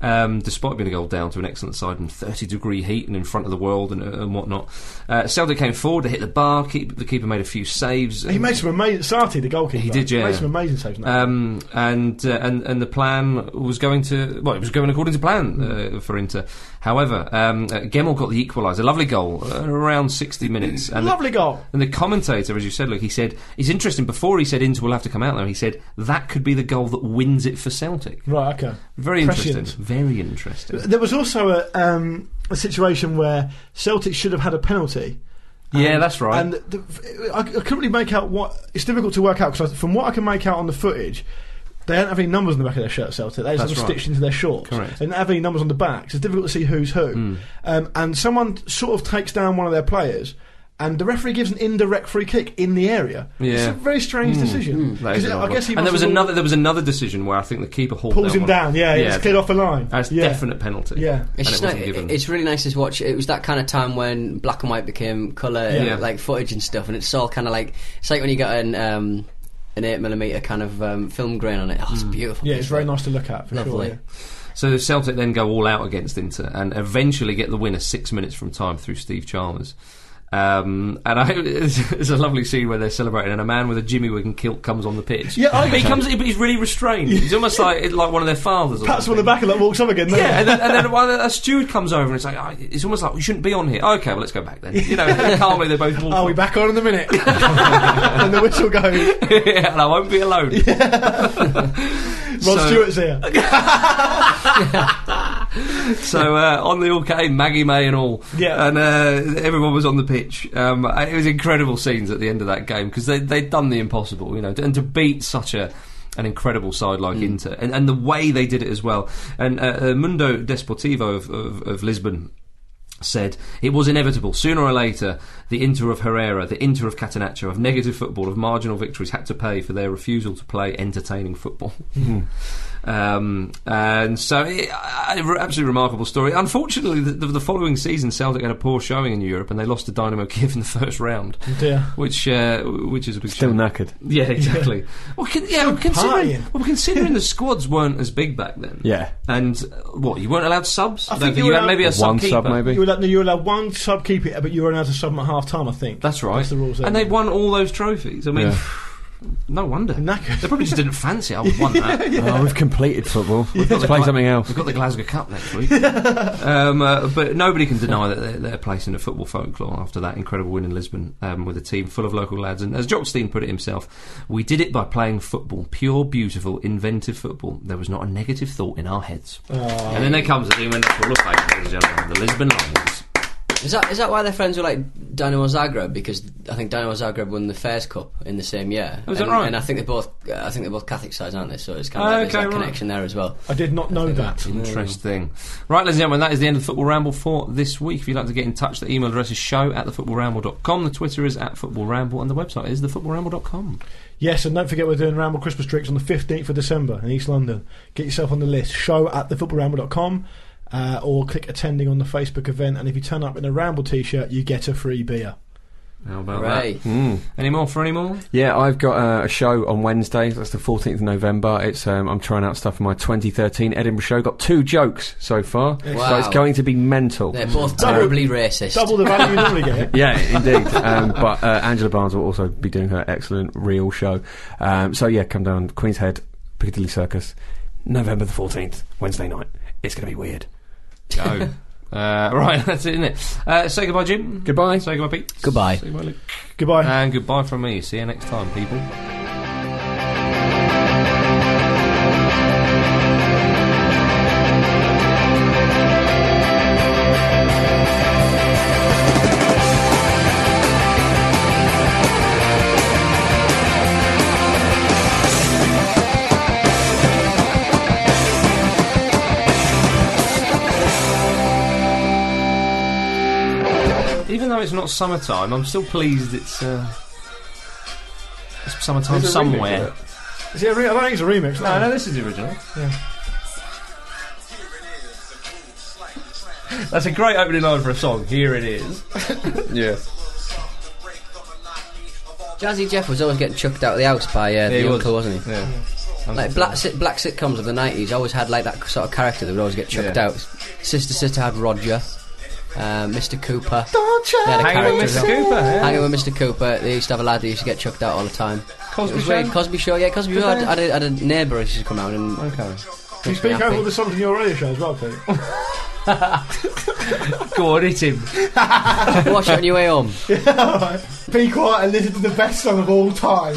[SPEAKER 3] um, despite being a goal down to an excellent side in 30 degree heat and in front of the world and, uh, and whatnot. Uh, Celtic came forward. They hit the bar. Keep, the keeper meade a few saves.
[SPEAKER 4] He made some amazing. Sarti, the goalkeeper,
[SPEAKER 3] He did, yeah.
[SPEAKER 4] made some amazing saves. in that.
[SPEAKER 3] Um, and uh, and and the plan was going to well, it was going according to plan uh, for Inter. However, um, uh, Gemmell got the equaliser, lovely goal, uh, around sixty minutes. And the-
[SPEAKER 4] Lovely goal.
[SPEAKER 3] and the commentator, as you said, look, he said it's interesting. Before he said Inter will have to come out there, he said that could be the goal that wins it for Celtic.
[SPEAKER 4] Right, okay.
[SPEAKER 3] Very interesting.
[SPEAKER 4] Prescient.
[SPEAKER 3] Very interesting.
[SPEAKER 4] There was also a, um, a situation where Celtic should have had a penalty.
[SPEAKER 3] yeah, that's right.
[SPEAKER 4] And the, I, I couldn't really make out what. It's difficult to work out because from what I can make out on the footage, they don't have any numbers on the back of their shirt. Celtic, they just
[SPEAKER 3] That's
[SPEAKER 4] have them
[SPEAKER 3] right.
[SPEAKER 4] stitched into their shorts.
[SPEAKER 3] Correct. Hmm.
[SPEAKER 4] They don't have any numbers on the back, so it's difficult to see who's who. Um, and someone sort of takes down one of their players. And the referee gives an indirect free kick in the area. It's
[SPEAKER 3] Yeah. Hmm.
[SPEAKER 4] a very strange decision.
[SPEAKER 3] That is
[SPEAKER 4] 'Cause
[SPEAKER 3] an odd
[SPEAKER 4] I
[SPEAKER 3] one.
[SPEAKER 4] guess he
[SPEAKER 3] and
[SPEAKER 4] must
[SPEAKER 3] there was
[SPEAKER 4] have
[SPEAKER 3] another. There was another decision where I think the keeper hauled
[SPEAKER 4] pulls
[SPEAKER 3] that
[SPEAKER 4] him
[SPEAKER 3] one.
[SPEAKER 4] down. Yeah,
[SPEAKER 3] yeah
[SPEAKER 4] it's cleared off the line.
[SPEAKER 3] That's
[SPEAKER 4] yeah.
[SPEAKER 3] definite penalty.
[SPEAKER 4] Yeah.
[SPEAKER 3] and
[SPEAKER 6] It's,
[SPEAKER 3] it
[SPEAKER 6] just
[SPEAKER 3] wasn't
[SPEAKER 6] like-
[SPEAKER 3] given.
[SPEAKER 6] it's really nice to watch. It was that kind of time when black and white became colour,
[SPEAKER 3] Yeah.
[SPEAKER 6] and like footage and stuff, and it's all kind of like it's like when you got an um, an eight millimeter kind of um, film grain on it. Oh, it's beautiful.
[SPEAKER 4] Hmm. Yeah, it's very nice to look at for
[SPEAKER 6] Lovely.
[SPEAKER 4] sure. yeah.
[SPEAKER 3] So Celtic then go all out against Inter and eventually get the winner six minutes from time through Steve Chalmers. Um, and I, it's, it's a lovely scene where they're celebrating, and a man with a Jimmy Wig and kilt comes on the pitch.
[SPEAKER 4] Yeah, I-
[SPEAKER 3] but he comes, but he's really restrained. He's almost like like one of their fathers. Or
[SPEAKER 4] Pats him
[SPEAKER 3] something.
[SPEAKER 4] on the back and like walks up again. doesn't
[SPEAKER 3] Yeah,
[SPEAKER 4] he?
[SPEAKER 3] and then, and then one- a steward comes over and it's like, oh, it's almost like we shouldn't be on here. Okay, well let's go back then. You know, calmly they both walk.
[SPEAKER 4] Are Oh, we
[SPEAKER 3] off.
[SPEAKER 4] back on in a minute? and the whistle goes.
[SPEAKER 3] yeah, and I won't be alone.
[SPEAKER 4] Rod
[SPEAKER 3] So-
[SPEAKER 4] Stewart's here.
[SPEAKER 3] So uh, on the all came Maggie May and all,
[SPEAKER 4] Yeah.
[SPEAKER 3] and uh, everyone was on the pitch. Um, and it was incredible scenes at the end of that game because they they'd done the impossible, you know, and to beat such a an incredible side like Inter, and, and the way they did it as well. And uh, uh, Mundo Desportivo of, of, of Lisbon said it was inevitable sooner or later the inter of herrera the inter of catenaccio of negative football of marginal victories had to pay for their refusal to play entertaining football um, and so it, uh, absolutely remarkable story unfortunately the, the, the following season celtic had a poor showing in europe and they lost to dynamo kiev in the first round
[SPEAKER 4] Yeah.
[SPEAKER 3] which uh, which is a big
[SPEAKER 5] Still
[SPEAKER 3] shame.
[SPEAKER 5] knackered.
[SPEAKER 3] yeah exactly well, con- yeah, well, considering,
[SPEAKER 4] partying.
[SPEAKER 3] well considering the squads weren't as big back then
[SPEAKER 5] Yeah.
[SPEAKER 3] and uh, what you weren't allowed subs
[SPEAKER 4] I
[SPEAKER 3] No,
[SPEAKER 4] think
[SPEAKER 3] but
[SPEAKER 4] you
[SPEAKER 3] you
[SPEAKER 4] were
[SPEAKER 3] had maybe a
[SPEAKER 4] allowed
[SPEAKER 5] One
[SPEAKER 3] sub
[SPEAKER 5] sub
[SPEAKER 3] keeper.
[SPEAKER 5] maybe.
[SPEAKER 4] You were allowed, no, you were allowed one sub keep it, but you were allowed to sub them at half time, I think.
[SPEAKER 3] That's right.
[SPEAKER 4] That's the rules.
[SPEAKER 3] And
[SPEAKER 4] anyway.
[SPEAKER 3] they won all those trophies. I mean,
[SPEAKER 5] Yeah.
[SPEAKER 3] no wonder.
[SPEAKER 4] Knackered.
[SPEAKER 3] They probably just didn't fancy it. I would want that.
[SPEAKER 5] Oh, we've completed football. Let's play something else.
[SPEAKER 3] We've got the Glasgow Cup next week. um, uh, but nobody can deny that their, their place in the football folklore after that incredible win in Lisbon um, with a team full of local lads. And as Jock Stein put it himself, we did it by playing football, pure, beautiful, inventive football. There was not a negative thought in our heads. And then there comes the team in the Hall of Fame, ladies and gentlemen, the Lisbon Lions.
[SPEAKER 6] Is that is that why their friends were like Dynamo Zagreb? Because I think Dynamo Zagreb won the Fairs Cup in the same year.
[SPEAKER 3] Oh, is that
[SPEAKER 6] and,
[SPEAKER 3] right?
[SPEAKER 6] And I think they're both uh, I think they're both Catholic sides, aren't they? So it's kind
[SPEAKER 3] Oh,
[SPEAKER 6] of like,
[SPEAKER 3] okay,
[SPEAKER 6] there's that
[SPEAKER 3] right.
[SPEAKER 6] connection there as well.
[SPEAKER 4] I did not know that.
[SPEAKER 3] Interesting. Right, ladies and gentlemen, that is the end of the Football Ramble for this week. If you'd like to get in touch, the email address is show at thefootballramble.com, the Twitter is at footballramble, and the website is thefootballramble.com.
[SPEAKER 4] Yes, and don't forget we're doing Ramble Christmas tricks on the 15th of December in East London. Get yourself on the list. Show at thefootballramble.com uh, or click attending on the Facebook event. And if you turn up in a Ramble t shirt, you get a free beer.
[SPEAKER 3] How about
[SPEAKER 6] Hooray.
[SPEAKER 3] that? Any more for any more?
[SPEAKER 5] Hmm. Yeah, I've got uh, a show on Wednesday. That's the 14th of November. It's um, I'm trying out stuff for my 2013 Edinburgh show. Got two jokes so far, so
[SPEAKER 6] Wow.
[SPEAKER 5] it's going to be mental.
[SPEAKER 6] They're both terribly racist.
[SPEAKER 4] Double the value you normally get.
[SPEAKER 5] Yeah, indeed. um, but uh, Angela Barnes will also be doing her excellent real show. Um, so yeah, come down Queen's Head, Piccadilly Circus, November the 14th, Wednesday night. It's going to be weird.
[SPEAKER 3] Go. uh, right, that's it, isn't it? Uh, say goodbye, Jim.
[SPEAKER 5] Goodbye.
[SPEAKER 3] Say goodbye, Pete.
[SPEAKER 6] Goodbye.
[SPEAKER 3] Say goodbye, Luke.
[SPEAKER 4] Goodbye.
[SPEAKER 3] And goodbye from me. See you next time, people.
[SPEAKER 5] even though it's not summertime, I'm still pleased it's, uh, it's summertime
[SPEAKER 4] There's a remix
[SPEAKER 5] somewhere.
[SPEAKER 4] of Is it a re- I don't think it's a remix.
[SPEAKER 3] No, no, this is the original. That's a great opening line for a song. Here it is.
[SPEAKER 9] Yeah.
[SPEAKER 6] Jazzy Jeff was always getting chucked out of the house by uh,
[SPEAKER 3] he
[SPEAKER 6] the
[SPEAKER 3] was.
[SPEAKER 6] uncle, was. not he?
[SPEAKER 3] Yeah.
[SPEAKER 6] Like black sit, black sitcoms of the nineties always had like that sort of character that would always get chucked
[SPEAKER 3] Yeah.
[SPEAKER 6] out. Sister Sister had Roger, uh, Mr. Cooper. They had a
[SPEAKER 3] Hanging with Mr.
[SPEAKER 6] character.
[SPEAKER 3] Cooper, yeah.
[SPEAKER 6] Hanging with Mr. Cooper. They used to have a lad who used to get chucked out all the time.
[SPEAKER 3] Cosby
[SPEAKER 6] It was
[SPEAKER 3] Show?
[SPEAKER 6] weird. Cosby Show, yeah, Cosby Show. I
[SPEAKER 3] they?
[SPEAKER 6] had, I had a neighbour who used to come out and.
[SPEAKER 3] Okay.
[SPEAKER 4] Can you speak over all the songs in your radio show as well, Pete?
[SPEAKER 3] Go on, hit him.
[SPEAKER 6] Wash it on your way home.
[SPEAKER 4] Be quiet and listen to the best song of all time.